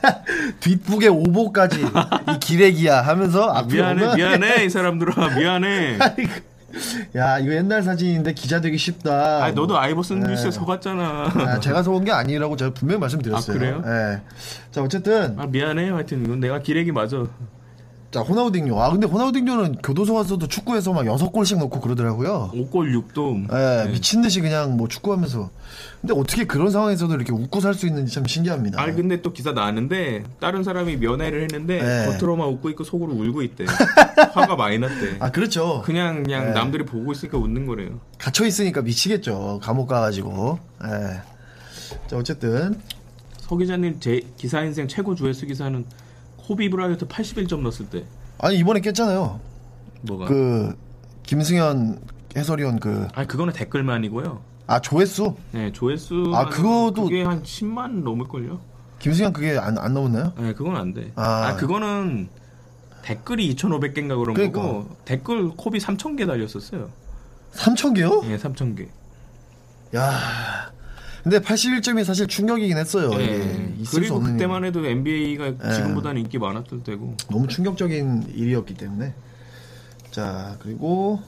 S2: 뒷북에 오보까지 이 기레기야 하면서 악플이
S3: 아, 미안해
S2: 엄청나게-
S3: 미안해 이 사람들아 미안해
S2: 야 이거 옛날 사진인데 기자 되기 쉽다.
S3: 아 너도
S2: 예.
S3: 아이버슨 뉴스에 서갔잖아
S2: 아, 제가 서온 게 아니라고 제가 분명히 말씀드렸어요.
S3: 아, 그래요?
S2: 예. 자 어쨌든
S3: 아 미안해 하여튼 이건 내가 기레기 맞아
S2: 자 호나우딩요. 아 근데 호나우딩요는 교도소 가서도 축구에서 막 여섯 골씩 넣고 그러더라고요.
S3: 5골 6돔
S2: 예, 미친 듯이 그냥 뭐 축구하면서. 근데 어떻게 그런 상황에서도 이렇게 웃고 살 수 있는지 참 신기합니다.
S3: 아 근데 또 기사 나왔는데 다른 사람이 면회를 했는데
S2: 네.
S3: 겉으로만 웃고 있고 속으로 울고 있대 화가 많이 났대
S2: 아, 그렇죠.
S3: 그냥 그냥 남들이 보고 있으니까 웃는 거래요
S2: 갇혀 있으니까 미치겠죠. 감옥 가가지고. 예. 자 어쨌든
S3: 서 기자님 제 기사 인생 최고 조회수 기사는 코비 브라이어트 81점 넣었을 때
S2: 아니 이번에 깼잖아요.
S3: 뭐가
S2: 그 김승현 해설위원 그 아
S3: 아 그거는 댓글만이고요
S2: 조회수
S3: 네, 조회수
S2: 아, 그거도-
S3: 게한 10만 넘을 걸요.
S2: 김승현 그게 안 안 넘었나요?
S3: 네, 그건 안 돼.
S2: 아.
S3: 아, 그거는 댓글이 2,500개인가 그런
S2: 그러니까.
S3: 거고 댓글 콥이 3,000개 달렸었어요.
S2: 3천 개요?
S3: 예, 3,000개.
S2: 야. 근데 81점이 사실 충격이긴 했어요. 이게 있을 수
S3: 예. 그리고
S2: 없는 예.
S3: 그때만
S2: 일.
S3: 해도 NBA가 지금보다는 인기 많았을 때고.
S2: 너무 충격적인 일이었기 때문에. 자, 그리고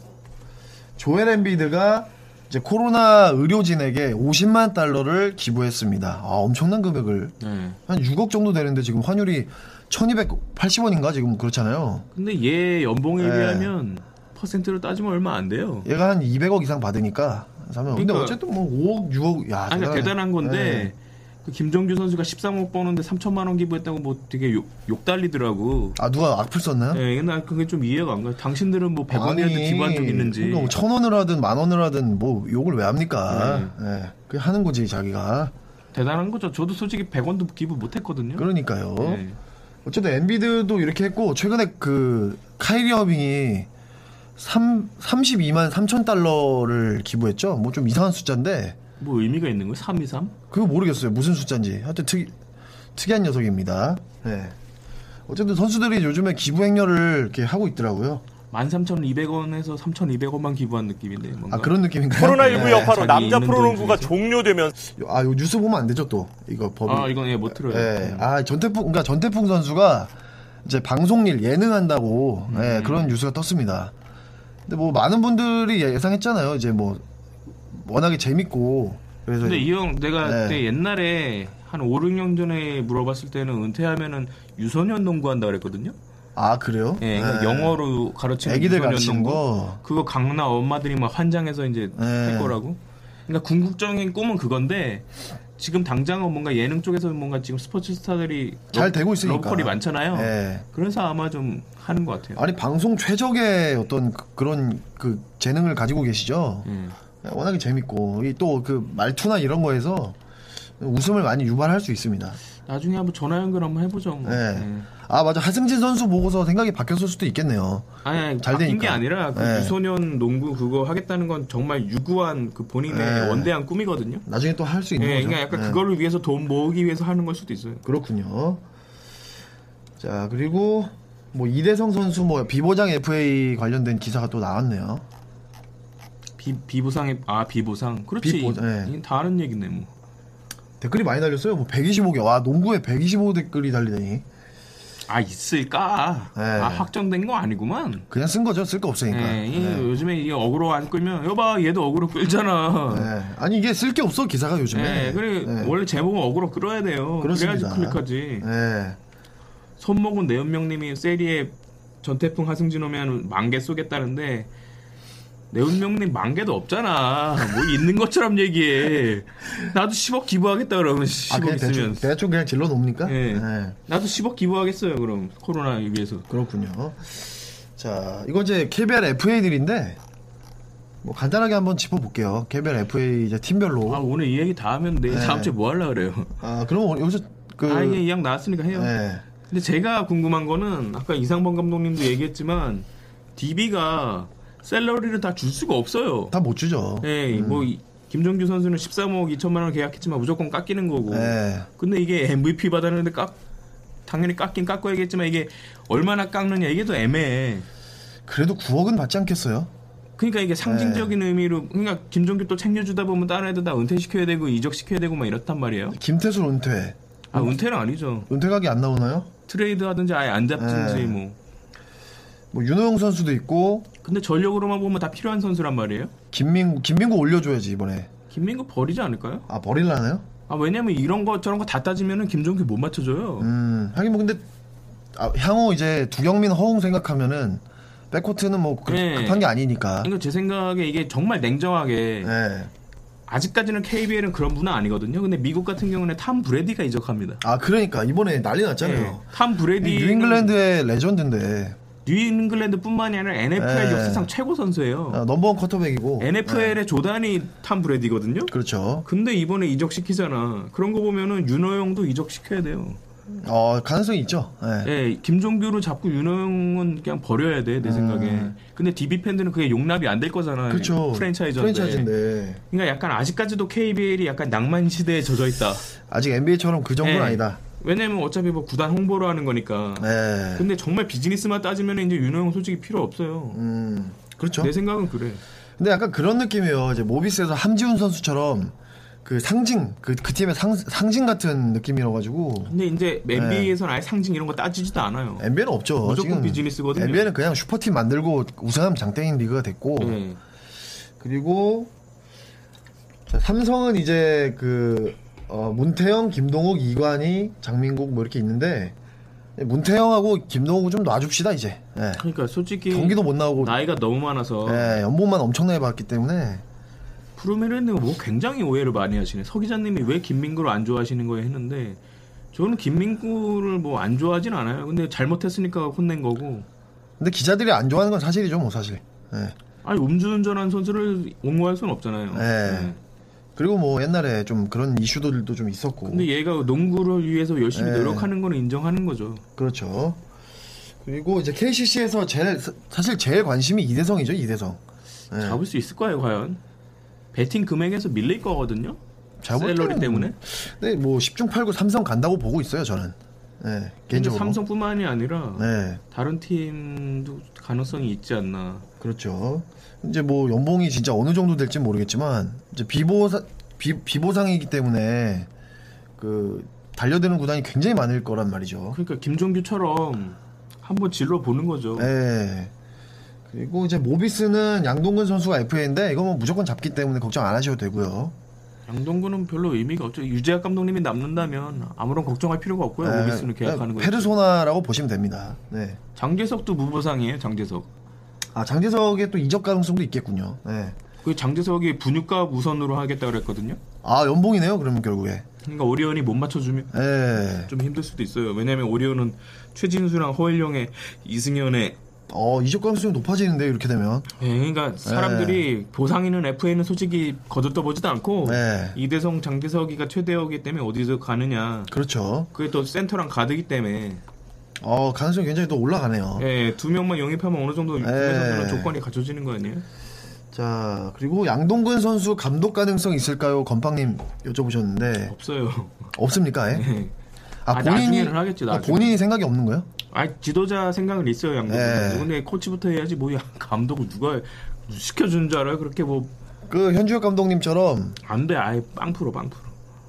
S2: 조엘 엠비드가 이제 코로나 의료진에게 50만 달러를 기부했습니다. 아, 엄청난 금액을
S3: 네.
S2: 한 6억 정도 되는데 지금 환율이 1280원인가 지금 그렇잖아요.
S3: 근데 얘 연봉에
S2: 예.
S3: 비하면 퍼센트로 따지면 얼마 안 돼요.
S2: 얘가 한 200억 이상 받으니까 사면 근데
S3: 그러니까-
S2: 어쨌든 뭐 5억, 6억 야, 예.
S3: 아니, 그러니까 대단한 건데 그 김정규 선수가 13억 버는데 3천만 원 기부했다고 뭐 되게 욕, 욕 달리더라고.
S2: 아, 누가 악플 썼나요?
S3: 예, 난 그게 좀 이해가 안 가요. 당신들은 뭐 100원이라도
S2: 네. 아니,
S3: 기부한 적 있는지.
S2: 그러니까 뭐천 원을 하든 만 원을 하든 뭐 욕을 왜 합니까?
S3: 네.
S2: 예, 그 하는 거지 자기가.
S3: 대단한 거죠. 저도 솔직히 100원도 기부 못 했거든요.
S2: 그러니까요.
S3: 네.
S2: 어쨌든 엔비드도 이렇게 했고 최근에 그 카이리 어빙이 3 32만 3천 달러를 기부했죠. 뭐 좀 이상한 숫자인데
S3: 뭐 의미가 있는 거예요? 323?
S2: 그거 모르겠어요. 무슨 숫자인지. 하여튼 특, 특이한 녀석입니다. 네. 어쨌든 선수들이 요즘에 기부 행렬을 이렇게 하고 있더라고요.
S3: 13,200원에서 3,200원만 기부한 느낌인데 뭔가.
S2: 아 그런 느낌인가요?
S4: 코로나19
S2: 네.
S4: 여파로
S3: 자기
S4: 남자
S3: 있는
S4: 프로농구가
S3: 돈 중에서?
S4: 종료되면
S2: 아, 요 뉴스 보면 안 되죠, 또. 이거 법이.
S3: 아, 이건 예, 못 들어요.
S2: 예. 아, 전태풍, 그러니까 전태풍 선수가 이제 방송일 예능 한다고 예,
S3: 음.
S2: 그런 뉴스가 떴습니다. 근데 뭐 많은 분들이 예상했잖아요. 이제 뭐 워낙에 재밌고 그래서
S3: 근데 이 형 내가
S2: 네.
S3: 그때 옛날에 한 5, 6년 전에 물어봤을 때는 은퇴하면은 유소년 농구한다 그랬거든요.
S2: 아 그래요?
S3: 예, 그러니까
S2: 예.
S3: 영어로 가르치는
S2: 애기들
S3: 유소년
S2: 가르치는
S3: 농구.
S2: 거?
S3: 그거 강남 엄마들이 막 환장해서 이제
S2: 예.
S3: 할 거라고. 그러니까 궁극적인 꿈은 그건데 지금 당장은 뭔가 예능 쪽에서 뭔가 지금 스포츠 스타들이
S2: 잘
S3: 러-
S2: 되고 있으니까.
S3: 러브콜이 많잖아요.
S2: 예.
S3: 그래서 아마 좀 하는 것 같아요.
S2: 아니 방송 최적의 어떤 그- 그런 그 재능을 가지고 계시죠.
S3: 예.
S2: 예, 워낙에 재밌고 또 그 말투나 이런 거에서 웃음을 많이 유발할 수 있습니다.
S3: 나중에 한번 전화 연결 한번 해보죠. 뭐.
S2: 네.
S3: 예.
S2: 아 맞아 하승진 선수 보고서 생각이 바뀌었을 수도 있겠네요.
S3: 아니, 아니
S2: 잘
S3: 잘 바뀐 게
S2: 되니까.
S3: 아니라 그
S2: 예.
S3: 유소년 농구 그거 하겠다는 건 정말 유구한 그 본인의
S2: 예.
S3: 원대한 꿈이거든요.
S2: 나중에 또 할 수
S3: 예,
S2: 있는 거죠.
S3: 그러니까 약간
S2: 예.
S3: 그거를 위해서 돈 모으기 위해서 하는 걸 수도 있어요.
S2: 그렇군요. 자 그리고 뭐 이대성 선수 뭐 비보장 FA 관련된 기사가 또 나왔네요.
S3: 비 비보상의 아 비보상 그렇지
S2: 비보- 예.
S3: 이건 다른 얘기네 뭐.
S2: 댓글이 많이 달렸어요. 뭐 125개 와 농구에 125 댓글이 달리더니
S3: 아 있을까?
S2: 예.
S3: 아 확정된 거 아니구만.
S2: 그냥 쓴 거죠. 쓸 거 없으니까.
S3: 예, 이
S2: 네.
S3: 요즘에 이게 어그로 안 끌면 여봐 얘도 어그로 끌잖아.
S2: 네. 아니 이게 쓸 게 없어 기사가
S3: 예,
S2: 요즘에.
S3: 그래
S2: 네.
S3: 원래 제목은 어그로 끌어야 돼요.
S2: 그렇습니다.
S3: 그래야지 클릭하지.
S2: 네.
S3: 손목은 내은명님이 세리에 전태풍 하승진 오면 만개 쏘겠다는데 내은명님 만개도 없잖아. 뭐 있는 것처럼 얘기해. 나도 10억 기부하겠다 그러면
S2: 아
S3: 10억
S2: 그냥
S3: 있으면
S2: 대충, 대충 그냥 질러 놓습니까?
S3: 예.
S2: 네.
S3: 나도 10억 기부하겠어요 그럼 코로나 위해서.
S2: 그렇군요. 자, 이건 이제 KBL FA들인데 뭐 간단하게 한번 짚어볼게요. KBL FA 이제 팀별로.
S3: 아
S2: 아,
S3: 오늘 이 얘기 다 하면
S2: 네.
S3: 내 다음 주에 뭐 하려 그래요.
S2: 그럼 오늘 여기서 그
S3: 아 이게 이왕 나왔으니까 해요.
S2: 네.
S3: 근데 제가 궁금한 거는 아까 이상범 감독님도 얘기했지만 DB가 셀러리를 다 줄 수가 없어요.
S2: 다 못 주죠.
S3: 네, 뭐
S2: 음.
S3: 이- 김종규 선수는 13억 2천만 원 계약했지만 무조건 깎이는 거고.
S2: 네.
S3: 근데 이게 MVP 받았는데 깎 당연히 깎긴 깎아야겠지만 이게 얼마나 깎느냐 이게 더 애매해.
S2: 그래도 9억은 받지 않겠어요?
S3: 그러니까 이게 상징적인
S2: 네.
S3: 의미로 그러니까 김종규 또 챙겨주다 보면 다른 애들 다 은퇴시켜야 되고 이적시켜야 되고 막 이렇단 말이에요.
S2: 김태술 은퇴.
S3: 아 은퇴는 아니죠.
S2: 은퇴 각이 안 나오나요?
S3: 트레이드 하든지 아예 안 잡든지
S2: 네.
S3: 뭐.
S2: 뭐 윤호영 선수도 있고
S3: 근데 전력으로만 보면 다 필요한 선수란 말이에요.
S2: 김민구 김민구 올려줘야지 이번에.
S3: 김민구 버리지 않을까요?
S2: 아 버릴라나요?
S3: 아 왜냐면 이런 거 저런 거 다 따지면은 김종규 못 맞춰줘요.
S2: 음 하긴 뭐 근데 아, 향후 이제 두경민 허웅 생각하면은 백코트는 뭐 급,
S3: 네.
S2: 한게 아니니까.
S3: 그러니까 제 생각에 이게 정말 냉정하게
S2: 네.
S3: 아직까지는 KBL은 그런 문화 아니거든요. 근데 미국 같은 경우는 탐 브레디가 이적합니다.
S2: 아 그러니까 이번에 난리 났잖아요.
S3: 네, 탐 브레디
S2: 뉴잉글랜드의 레전드인데
S3: 뉴잉글랜드뿐만이 아니라 NFL
S2: 네.
S3: 역사상 최고 선수예요.
S2: 아, 네. 넘버원 커터백이고
S3: NFL의 조단이 탐 브레디거든요.
S2: 그렇죠.
S3: 근데 이번에 이적시키잖아. 그런 거 보면은 윤호영도 이적시켜야 돼요.
S2: 어 가능성이 있죠. 네.
S3: 예, 김종규를 잡고 윤호영은 그냥 버려야 돼, 내 생각에. 근데 DB 팬들은 그게 용납이 안 될 거잖아.
S2: 그렇죠.
S3: 네. 프랜차이즈인데.
S2: 프랜차이즈인데
S3: 그러니까 약간 아직까지도 KBL이 약간 낭만 시대에 젖어 있다.
S2: 아직 NBA처럼 그 정도는
S3: 예.
S2: 아니다.
S3: 왜냐면 어차피 뭐 구단 홍보로 하는 거니까.
S2: 네.
S3: 근데 정말 비즈니스만 따지면 이제 윤호영 솔직히 필요 없어요.
S2: 음 그렇죠.
S3: 내 생각은 그래.
S2: 근데 약간 그런 느낌이에요. 이제 모비스에서 함지훈 선수처럼 그 상징 그, 그 팀의 상, 상징 같은 느낌이라 가지고
S3: 근데 이제 NBA에선 아예 상징 이런 거 따지지도 않아요.
S2: NBA는 없죠.
S3: 무조건
S2: 지금
S3: 비즈니스거든요.
S2: NBA는 그냥 슈퍼팀 만들고 우승하면 장땡인 리그가 됐고
S3: 예.
S2: 그리고 자, 삼성은 이제 그 어, 문태영, 김동욱, 이관희, 장민국 뭐 이렇게 있는데 문태영하고 김동욱 좀 놔줍시다 이제. 예.
S3: 그러니까 솔직히
S2: 경기도 못 나오고
S3: 나이가 너무 많아서
S2: 예, 연봉만 엄청나게 받기 때문에
S3: 푸르메르는 뭐 굉장히 오해를 많이 하시네. 서 기자님이 왜 김민구를 안 좋아하시는 거에 했는데 저는 김민구를 뭐 안 좋아하진 않아요. 근데 잘못했으니까 혼낸 거고.
S2: 근데 기자들이 안 좋아하는 건 사실이죠, 뭐 사실. 예.
S3: 아니 음주운전한 선수를 옹호할 수는 없잖아요.
S2: 네. 그리고 뭐 옛날에 좀 그런 이슈들도 좀 있었고
S3: 근데 얘가 농구를 위해서 열심히
S2: 네.
S3: 노력하는 거는 인정하는 거죠.
S2: 그렇죠. 그리고 이제 KCC에서 제일 사- 사실 제일 관심이 이대성이죠 이대성. 예.
S3: 잡을 수 있을 거예요, 과연? 베팅 금액에서 밀릴 거거든요.
S2: 잡을
S3: 셀러리
S2: 때는
S3: 때문에.
S2: 근데 뭐 10중 8구 삼성 간다고 보고 있어요 저는. 예,
S3: 근데
S2: 개인적으로.
S3: 삼성뿐만이 아니라
S2: 네
S3: 다른 팀도 가능성이 있지 않나.
S2: 그렇죠. 이제 뭐 연봉이 진짜 어느 정도 될지 모르겠지만 이제 비보사 비, 비보상이기 때문에 그 달려드는 구단이 굉장히 많을 거란 말이죠.
S3: 그러니까 김종규처럼 한번 질러 보는 거죠.
S2: 네. 그리고 이제 모비스는 양동근 선수가 FA인데 이거 뭐 무조건 잡기 때문에 걱정 안 하셔도 되고요.
S3: 양동근은 별로 의미가 없죠. 유재학 감독님이 남는다면 아무런 걱정할 필요가 없고요.
S2: 네,
S3: 모비스는 계약하는 거예요.
S2: 페르소나라고 보시면 됩니다. 네.
S3: 장재석도 무보상이에요. 장재석.
S2: 아 장재석의 또 이적 가능성도 있겠군요. 네.
S3: 그 장재석이 분유값 우선으로 하겠다 그랬거든요.
S2: 아 연봉이네요. 그러면 결국에.
S3: 그러니까 오리온이 못 맞춰주면
S2: 네.
S3: 좀 힘들 수도 있어요. 왜냐하면 오리온은 최진수랑 허일영의 이승현의
S2: 어 이적 가능성이 높아지는데 이렇게 되면.
S3: 예, 그러니까 사람들이 보상 있는 FA는 솔직히 거들떠보지도 않고
S2: 네.
S3: 이대성 장재석이가 최대어기 때문에 어디서 가느냐.
S2: 그렇죠.
S3: 그게 또 센터랑 가드기 때문에
S2: 어 가능성이 굉장히 또 올라가네요.
S3: 예, 두 명만 영입하면 어느 정도 구매
S2: 예.
S3: 선수는 조건이 갖춰지는 거 아니에요?
S2: 자 그리고 양동근 선수 감독 가능성 있을까요? 건빵님 여쭤보셨는데
S3: 없어요.
S2: 없습니까? 예?
S3: 예.
S2: 아
S3: 아,
S2: 본인이
S3: 나중에는 하겠지, 나중에.
S2: 본인이 생각이 없는 거예요?
S3: 아, 지도자 생각은 있어요, 양동근.
S2: 예.
S3: 선수. 근데 코치부터 해야지 뭐 야, 감독을 누가 시켜주는 줄 알아요? 그렇게 뭐 안
S2: 그 현주혁 감독님처럼
S3: 돼, 아예 빵프로 빵프로.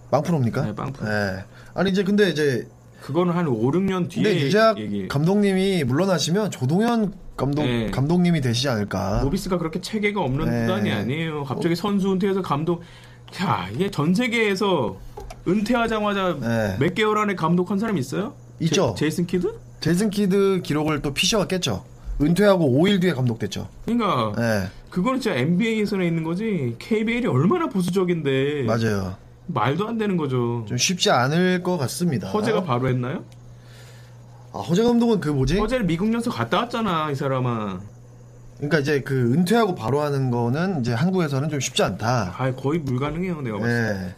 S2: 망프로입니까?
S3: 네, 망프로.
S2: 예. 아니 이제 근데 이제
S3: 그거는 한 5, 6년
S2: 근데
S3: 뒤에
S2: 유재학
S3: 얘기.
S2: 감독님이 물러나시면 조동현 감독
S3: 네.
S2: 감독님이 되시지 않을까?
S3: 모비스가 그렇게 체계가 없는
S2: 예.
S3: 구단이 아니에요. 갑자기
S2: 어.
S3: 선수 은퇴해서 감독. 야, 이게 전 세계에서 은퇴하자마자
S2: 예.
S3: 몇 개월 안에 감독한 사람 있어요?
S2: 있죠.
S3: 제, 제이슨 키드?
S2: 제이슨 키드 기록을 또 피셔가 깼죠. 은퇴하고 5일 뒤에 감독됐죠.
S3: 그러니까
S2: 예.
S3: 그거는 진짜 NBA에서는 있는 거지 KBL이 얼마나 보수적인데
S2: 맞아요.
S3: 말도 안 되는 거죠.
S2: 좀 쉽지 않을 것 같습니다.
S3: 허재가 바로 했나요?
S2: 아, 허재 감독은 그 뭐지?
S3: 허재를 미국 연수 갔다 왔잖아 이 사람아.
S2: 그러니까 이제 그 은퇴하고 바로 하는 거는 이제 한국에서는 좀 쉽지 않다.
S3: 아 거의 불가능해요 내가 봤을 때.
S2: 예.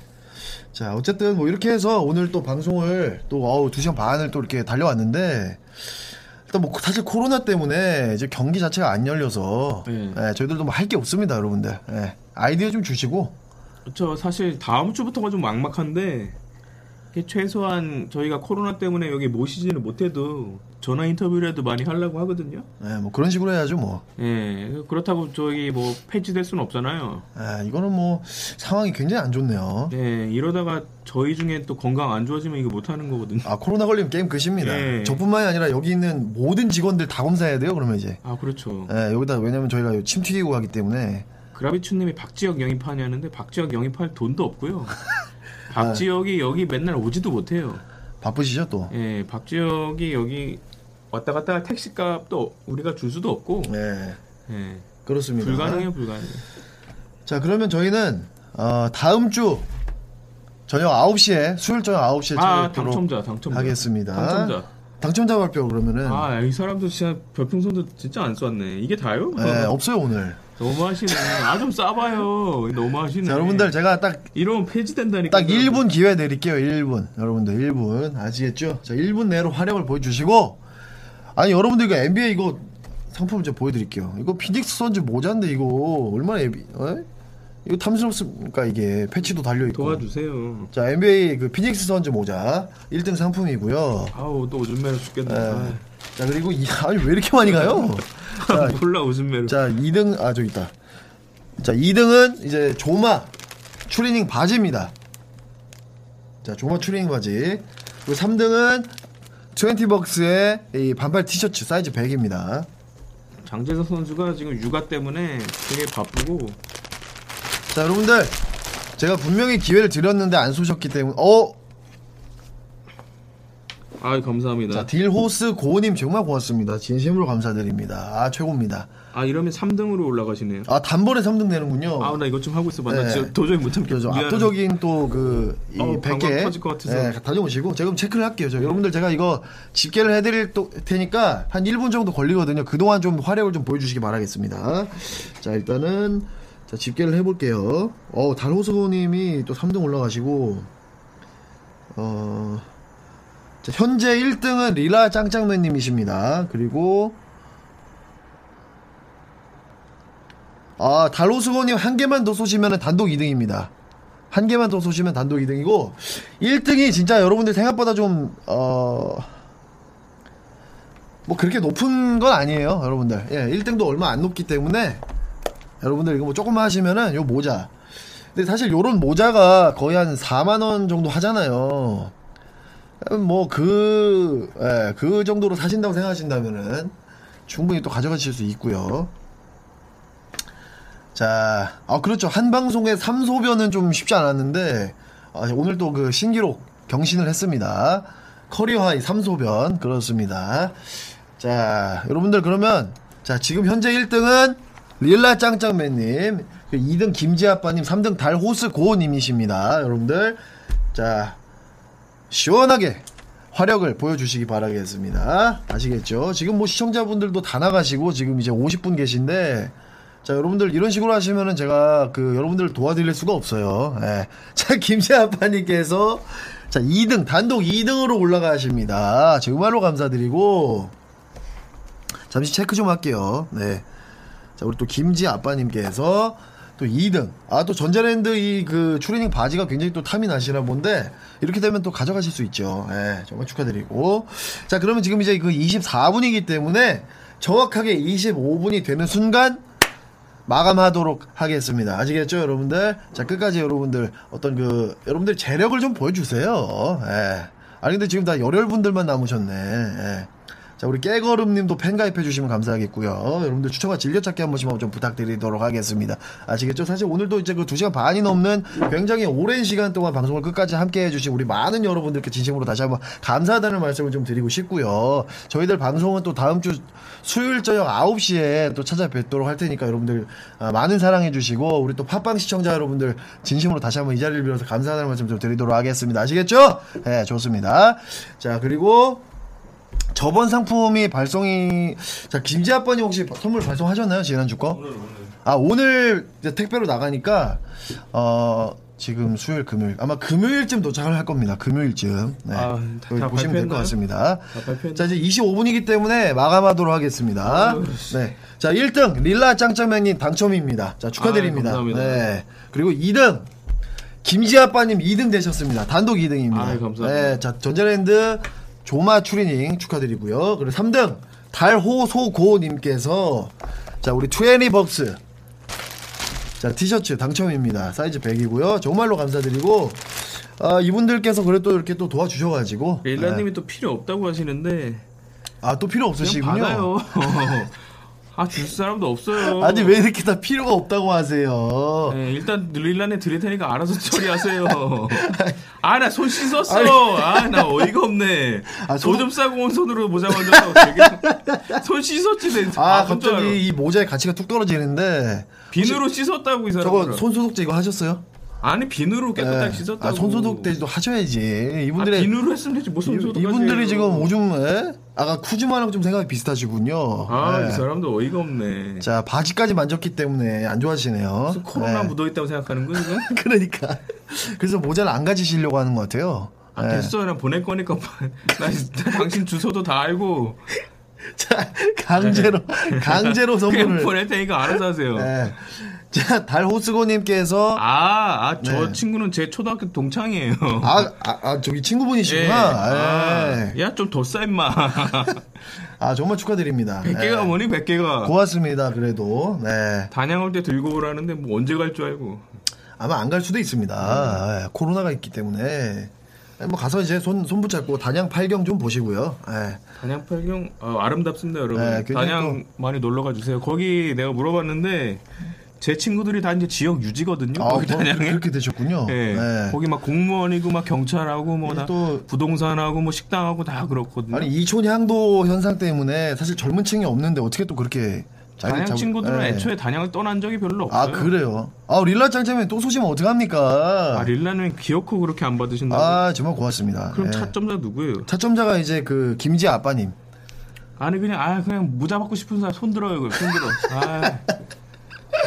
S2: 자, 어쨌든 뭐 이렇게 해서 오늘 또 방송을 또 어우 2시간 반을 또 이렇게 달려왔는데 일단 뭐 사실 코로나 때문에 이제 경기 자체가 안 열려서
S3: 네.
S2: 예, 저희들도 뭐 할 게 없습니다, 여러분들. 예. 아이디어 좀 주시고
S3: 저 사실 다음 주부터가 좀 막막한데 이렇게 최소한 저희가 코로나 때문에 여기 모시지는 못해도 전화 인터뷰라도 많이 하려고 하거든요.
S2: 예, 뭐 그런 식으로 해야죠 뭐.
S3: 예, 그렇다고 저희 뭐 폐지될 수는 없잖아요.
S2: 예, 이거는 뭐 상황이 굉장히 안 좋네요.
S3: 예, 이러다가 저희 중에 또 건강 안 좋아지면 이거 못하는 거거든요.
S2: 아 코로나 걸리면 게임 끝입니다.
S3: 예.
S2: 저뿐만이 아니라 여기 있는 모든 직원들 다 검사해야 돼요. 그러면 이제
S3: 아, 그렇죠.
S2: 예, 여기다 왜냐면 저희가 침 튀기고 하기 때문에
S3: 그라비추님이 박지혁 영입하냐는데 박지혁 영입할 돈도 없고요. 박지혁이 여기 맨날 오지도 못해요.
S2: 바쁘시죠 또.
S3: 예, 박지혁이 여기 왔다 갔다 택시 값도 우리가 줄 수도 없고,
S2: 예,
S3: 예,
S2: 그렇습니다.
S3: 불가능해요, 불가능해.
S2: 자 그러면 저희는 어, 다음 주 저녁 9시에 수요일 저녁 9시에
S3: 아,
S2: 찾아뵙도록
S3: 당첨자, 당첨자.
S2: 하겠습니다. 음.
S3: 당첨자.
S2: 당첨자 발표 그러면은
S3: 아, 이 사람도 진짜 별풍선도 진짜 안 쐈네. 이게 다요?
S2: 예, 없어요 오늘.
S3: 너무 하시네. 아, 좀 싸봐요. 너무 하시네. 네,
S2: 자, 여러분들 제가 딱 딱
S3: 이러면 폐지된다니까.
S2: 1분 기회 드릴게요. 1분. 여러분들 1분 아시겠죠? 자, 1분 내로 활약을 보여 주시고 아니 여러분들 이거 NBA 이거 상품 좀 보여 드릴게요. 이거 피닉스 선즈 모자인데 이거 얼마나 예비 어? 이거 탐스럽습니까 이게 패치도 달려 있고.
S3: 도와주세요.
S2: 자, NBA 그 피닉스 선즈 모자 1등 상품이고요.
S3: 아우 또 오줌매로 죽겠네.
S2: 예. 자, 그리고 이 아니 왜 이렇게 많이 가요? 자,
S3: 아, 몰라 오줌매로.
S2: 자, 2등 아 저기 있다. 자, 2등은 이제 조마 추리닝 바지입니다. 자, 조마 추리닝 바지. 그리고 3등은 20벅스의 이 반팔 티셔츠 사이즈 100입니다.
S3: 장재석 선수가 지금 육아 때문에 되게 바쁘고
S2: 자, 여러분들 제가 분명히 기회를 드렸는데 안 쏘셨기 때문에 어,
S3: 아 감사합니다.
S2: 자, 딜호스 고우님 정말 고맙습니다. 진심으로 감사드립니다. 아, 최고입니다.
S3: 아 이러면 3등으로 올라가시네요.
S2: 아, 단번에 3등 되는군요.
S3: 아 나 이것 좀 하고 있어봐. 나
S2: 어. 네.
S3: 진짜 도저히 못
S2: 그죠.
S3: 참겠어.
S2: 압도적인 또그
S3: 어우,
S2: 100개 네,
S3: 방광 터질 것 같아서.
S2: 다녀오시고 제가 그럼 체크를 할게요. 저 여러분들 제가 이거 집계를 해드릴 또- 테니까 한 1분 정도 걸리거든요. 그동안 좀 활약을 좀 보여주시기 바라겠습니다. 자 일단은 자 집계를 해볼게요. 어 달호수님이 또 3등 올라가시고 어 자, 현재 1등은 리라 짱짱맨님이십니다. 그리고 아, 달로스고님 한 개만 더 쏘시면 단독 2등입니다. 한 개만 더 쏘시면 단독 2등이고, 1등이 진짜 여러분들 생각보다 좀, 어, 뭐 그렇게 높은 건 아니에요, 여러분들. 예, 1등도 얼마 안 높기 때문에, 여러분들 이거 뭐 조금만 하시면은 요 모자. 근데 사실 요런 모자가 거의 한 4만원 정도 하잖아요. 뭐 그, 예, 그 정도로 사신다고 생각하신다면은 충분히 또 가져가실 수 있고요. 자, 아 그렇죠. 한 방송에 3소변은 좀 쉽지 않았는데 아, 오늘 또 그 신기록 경신을 했습니다. 커리어 하이 3소변 그렇습니다. 자, 여러분들 그러면 자 지금 현재 1등은 릴라 짱짱맨님, 그 2등 김지 아빠님, 3등 달호스 고호님이십니다. 여러분들 자 시원하게 화력을 보여주시기 바라겠습니다. 아시겠죠? 지금 뭐 시청자분들도 다 나가시고 지금 이제 50분 계신데 자 여러분들 이런 식으로 하시면은 제가 그 여러분들을 도와드릴 수가 없어요. 예. 자 김세아빠님께서 자 2등 단독 2등으로 올라가십니다. 정말로 감사드리고 잠시 체크 좀 할게요. 네. 자, 우리 또 김지 아빠님께서 또 2등. 아, 또 전자랜드 이 그 추리닝 바지가 굉장히 또 탐이 나시나 본데, 이렇게 되면 또 가져가실 수 있죠. 예, 정말 축하드리고. 자, 그러면 지금 이제 그 24분이기 때문에 정확하게 25분이 되는 순간 마감하도록 하겠습니다. 아시겠죠, 여러분들? 자, 끝까지 여러분들 어떤 그, 여러분들 재력을 좀 보여주세요. 예. 아니, 근데 지금 다 열혈분들만 남으셨네. 예. 자, 우리 깨걸음님도 팬가입해 주시면 감사하겠고요. 여러분들 추천과 즐겨찾기 한 번씩만 좀 부탁드리도록 하겠습니다. 아시겠죠? 사실 오늘도 이제 그 2시간 반이 넘는 굉장히 오랜 시간 동안 방송을 끝까지 함께 해주신 우리 많은 여러분들께 진심으로 다시 한번 감사하다는 말씀을 좀 드리고 싶고요. 저희들 방송은 또 다음 주 수요일 저녁 9시에 또 찾아뵙도록 할 테니까 여러분들 아, 많은 사랑해 주시고 우리 또 팟빵 시청자 여러분들 진심으로 다시 한번 이 자리를 빌어서 감사하다는 말씀 좀 드리도록 하겠습니다. 아시겠죠? 네, 좋습니다. 자, 그리고 저번 상품이 발송이 자 김지 아빠님 혹시 선물 발송하셨나요 지난주 거? 오늘 오늘 아 오늘 이제 택배로 나가니까 어 지금 수요일 금요일 아마 금요일쯤 도착을 할 겁니다 금요일쯤 네
S3: 아, 다-
S2: 거기
S3: 다
S2: 보시면 될 것
S3: 발표했나요?
S2: 같습니다
S3: 발표했나요?
S2: 자 이제 25분이기 때문에 마감하도록 하겠습니다
S3: 아유,
S2: 네자
S3: 아,
S2: 1등 릴라 짱짱맨님 당첨입니다 네. 자 축하드립니다
S3: 예, 아유, 감사합니다.
S2: 네 그리고 2등 김지아빠님 2등 되셨습니다. 단독 2등입니다.
S3: 아유, 감사합니다.
S2: 네, 자, 전자랜드 조마 추리닝 축하드리고요. 그리고 3등 달호소고님께서 자, 우리 투애니벅스 자, 티셔츠 당첨입니다. 사이즈 100이고요. 정말로 감사드리고 아, 이분들께서 그래도 이렇게 또 도와주셔가지고
S3: 그러니까 일라님이 또 필요 없다고 하시는데
S2: 아, 또 필요
S3: 그냥
S2: 없으시군요.
S3: 받아요. 아 줄 사람도 없어요.
S2: 아니 왜 이렇게 다 필요가 없다고 하세요?
S3: 네, 일단 릴란에 드릴 테니까 알아서 처리하세요. 아 나 손 씻었어. 아 나 어이가 없네.
S2: 아, 손-
S3: 도좀 싸고 온 손으로 모자 만져서 되게 손 씻었지 내.
S2: 아,
S3: 바쁜 줄 알아.
S2: 갑자기 이 모자의 가치가 뚝 떨어지는데
S3: 비누로 씻었다고 이 사람.
S2: 저거 손소독제 이거 하셨어요?
S3: 아니 비누로 깨끗하게
S2: 네.
S3: 씻었다고.
S2: 아, 손소독제도 하셔야지.
S3: 아,
S2: 이분들의
S3: 비누로 했으면 되지 무슨 손소독.
S2: 이분들이 지금 오줌 에? 아까 쿠즈마랑 좀 생각이 비슷하시군요.
S3: 아이
S2: 네.
S3: 사람도 어이가 없네.
S2: 자 바지까지 만졌기 때문에 안 좋아하시네요.
S3: 무슨 코로나
S2: 네.
S3: 묻어 있다고 생각하는 거 지금?
S2: 그러니까 그래서 모자를 안 가지시려고 하는 것 같아요.
S3: 아,
S2: 네.
S3: 됐어 나 보낼 거니까 뭐. 나 진짜 당신 주소도 다 알고
S2: 자 강제로 강제로
S3: 네. 그냥
S2: 선물을.
S3: 보낼 테니까 알아서 하세요.
S2: 네. 자 달호스고님께서
S3: 아, 아, 저
S2: 네.
S3: 친구는 제 초등학교 동창이에요.
S2: 아, 아, 아, 저기
S3: 예.
S2: 친구분이시구나. 예.
S3: 야, 좀 더 싸, 임마.
S2: 아, 정말 축하드립니다.
S3: 100개가
S2: 예.
S3: 뭐니, 100개가.
S2: 고맙습니다. 그래도 네
S3: 단양 올 때 들고 오라는데, 뭐, 언제 갈 줄 알고.
S2: 아마 안 갈 수도
S3: 음.
S2: 있습니다. 예, 코로나가 있기 때문에 예, 뭐 가서 이제 손 손 붙잡고 단양 팔경 좀 보시고요. 예.
S3: 단양 팔경, 아, 아름답습니다, 여러분.
S2: 네, 굉장히
S3: 단양 많이 놀러 가주세요. 거기 내가 물어봤는데, 제 친구들이 다 이제 지역 유지거든요.
S2: 아,
S3: 거기
S2: 뭐
S3: 단양에.
S2: 그렇게 되셨군요.
S3: 예.
S2: 예.
S3: 거기 막 공무원이고 막 경찰하고 뭐
S2: 예,
S3: 다
S2: 또-
S3: 부동산하고 뭐 식당하고 다 그렇거든요.
S2: 아니 이촌 향도 현상 때문에 사실 젊은 층이 없는데 어떻게 또 그렇게 자리
S3: 단양
S2: 잡고-
S3: 친구들은
S2: 예.
S3: 애초에 단양을 떠난 적이 별로 없어요.
S2: 아 그래요. 아 릴라 짱짱이 또 소식 어떡합니까?
S3: 아, 릴라는 기어코 그렇게 안 받으신다고?
S2: 아, 정말 고맙습니다.
S3: 그럼
S2: 예.
S3: 차점자 누구예요?
S2: 차점자가 이제 그 김지아 아빠님.
S3: 아니 그냥 아 그냥 모자 받고 싶은 사람 손 들어요 그걸 손 들어. 아,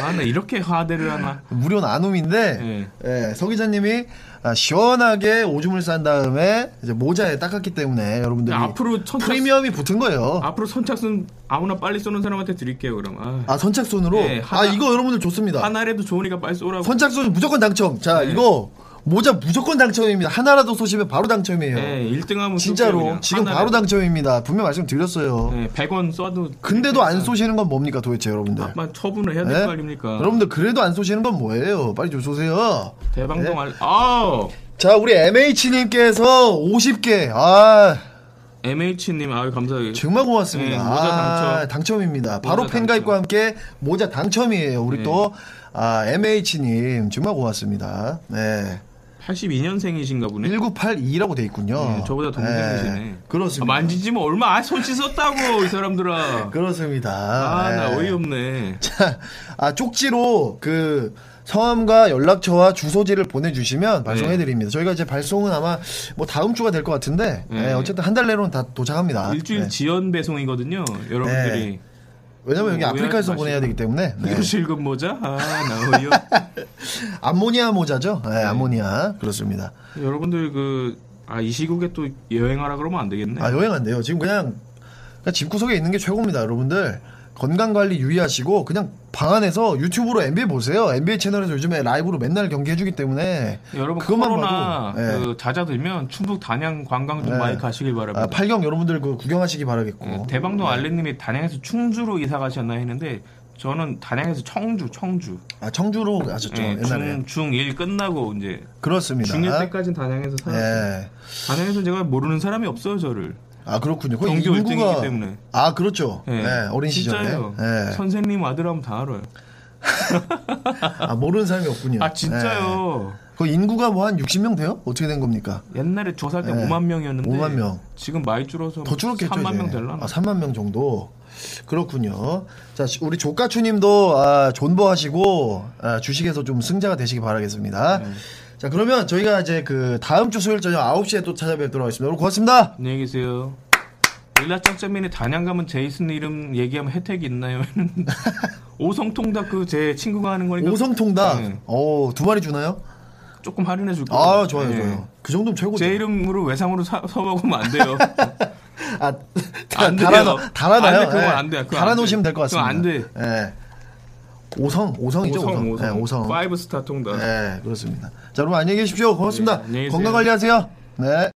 S3: 아나 이렇게 화대를 하나.
S2: 무료 나눔인데
S3: 네.
S2: 예, 서 기자님이 아, 시원하게 오줌을 싼 다음에 이제 모자에 닦았기 때문에 여러분들이
S3: 네, 앞으로 아, 천착
S2: 프리미엄이 붙은 거예요.
S3: 앞으로 선착순 아무나 빨리 쏘는 사람한테 드릴게요 그럼. 아,
S2: 아 선착순으로
S3: 네, 하나-
S2: 아 이거 여러분들 좋습니다.
S3: 하나라도 네. 좋으니까 빨리 쏘라고.
S2: 선착순 무조건 당첨. 자 이거 모자 무조건 당첨입니다. 하나라도 쏘시면 바로 당첨이에요.
S3: 네, 1등하면
S2: 진짜로 지금 바로 당첨입니다. 분명 말씀드렸어요.
S3: 네, 100원 쏴도.
S2: 근데도 안 쏘시는 건 뭡니까 도대체 여러분들?
S3: 아마 처분을 해야 될
S2: 네?
S3: 거 아닙니까?
S2: 여러분들 그래도 안 쏘시는 건 뭐예요? 빨리 좀 쏘세요. 네.
S3: 대방동 알. 아
S2: 자 우리 MH님께서 50개 아
S3: MH님 아유 감사해요.
S2: 정말 고맙습니다.
S3: 네, 모자 당첨.
S2: 입니다 바로
S3: 모자
S2: 팬가입과 함께 모자 당첨이에요. 우리
S3: 네.
S2: 또 아, MH님 정말 고맙습니다. 네.
S3: 82년생이신가 보네.
S2: 1982라고 돼 있군요.
S3: 네, 저보다 동생이시네.
S2: 네, 그렇습니다.
S3: 아, 만지지면 얼마 아, 손 씻었다고 이 사람들아.
S2: 그렇습니다.
S3: 아 나
S2: 네.
S3: 어이없네.
S2: 자, 아 쪽지로 그 성함과 연락처와 주소지를 보내주시면 발송해드립니다. 저희가 이제 발송은 아마 뭐 다음 주가 될 것 같은데
S3: 네.
S2: 네, 어쨌든 한 달 내로는 다 도착합니다.
S3: 일주일
S2: 네.
S3: 지연 배송이거든요. 여러분들이
S2: 왜냐면 여기
S3: 오해하지
S2: 아프리카에서
S3: 마시고.
S2: 보내야 되기 때문에 네.
S3: 유실금 모자 아나 어이요.
S2: 암모니아 모자죠? 네, 암모니아 그렇습니다.
S3: 여러분들 그 아 이 시국에 또 여행하라 그러면 안 되겠네.
S2: 아 여행 안 돼요. 지금 그냥, 그냥 집 구석에 있는 게 최고입니다, 여러분들. 건강 관리 유의하시고 그냥 방 안에서 유튜브로 NBA 보세요. NBA 채널에서 요즘에 라이브로 맨날 경기 해주기 때문에
S3: 여러분
S2: 그것만
S3: 코로나
S2: 봐도, 예.
S3: 그 잦아들면 충북 단양 관광 좀
S2: 네.
S3: 많이 가시길 바랍니다.
S2: 아, 팔경 여러분들 그 구경하시기 바라겠고.
S3: 예, 대방동
S2: 네.
S3: 알리님이 단양에서 충주로 이사 가셨나 했는데 저는 단양에서 청주 청주
S2: 아 청주로 가셨죠
S3: 예,
S2: 옛날에.
S3: 중, 중1 끝나고 이제
S2: 그렇습니다.
S3: 중1 때까지는 단양에서 살았어요.
S2: 예.
S3: 단양에서 제가 모르는 사람이 없어요 저를.
S2: 아 그렇군요. 거의
S3: 경기 월등이기
S2: 인구가-
S3: 때문에.
S2: 아 그렇죠. 예.
S3: 예.
S2: 어린 시절에.
S3: 진짜예요.
S2: 예.
S3: 선생님 아들 하면 다 알아요.
S2: 아 모르는 사람이 없군요.
S3: 아 진짜요.
S2: 예. 그 인구가 뭐 한 60명 돼요? 어떻게 된 겁니까?
S3: 옛날에 조사할 때
S2: 네.
S3: 5만 명이었는데
S2: 5만 명.
S3: 지금 많이 줄어서
S2: 더 줄었겠죠.
S3: 3만
S2: 이제.
S3: 명 될라나.
S2: 아 3만 명 정도. 그렇군요. 자 시- 우리 조카추님도 아, 존버하시고 아, 주식에서 좀 승자가 되시기 바라겠습니다.
S3: 네.
S2: 자 그러면 저희가 이제 그 다음 주 수요일 저녁 9시에 또 찾아뵙도록 하겠습니다. 여러분 고맙습니다.
S3: 안녕히 계세요. 일라 짱짱맨이 단양 가면 제이슨 이름 얘기하면 혜택이 있나요? 오성통닭 그 제 친구가 하는 거니까
S2: 오성통닭.
S3: 네.
S2: 어, 두 마리 주나요?
S3: 조금 할인해 줄게요.
S2: 아, 좋아요,
S3: 예.
S2: 좋아요. 그 정도면 최고죠.
S3: 제 이름으로 외상으로 사, 서먹으면 안 돼요.
S2: 아, 다,
S3: 안 돼요.
S2: 달아놔, 달아놔요.
S3: 안 돼, 그건
S2: 예.
S3: 안 돼, 그건 안
S2: 달아놓으시면
S3: 돼.
S2: 될 것 같습니다.
S3: 그건 안 돼.
S2: 예. 오성, 오성이죠, 오성.
S3: 오성
S2: 네,
S3: 오성
S2: 오성.
S3: 파이브 스타 통닭.
S2: 네, 그렇습니다. 자, 여러분 안녕히 계십시오. 고맙습니다.
S3: 네, 안녕히 계세요.
S2: 건강 관리하세요. 네.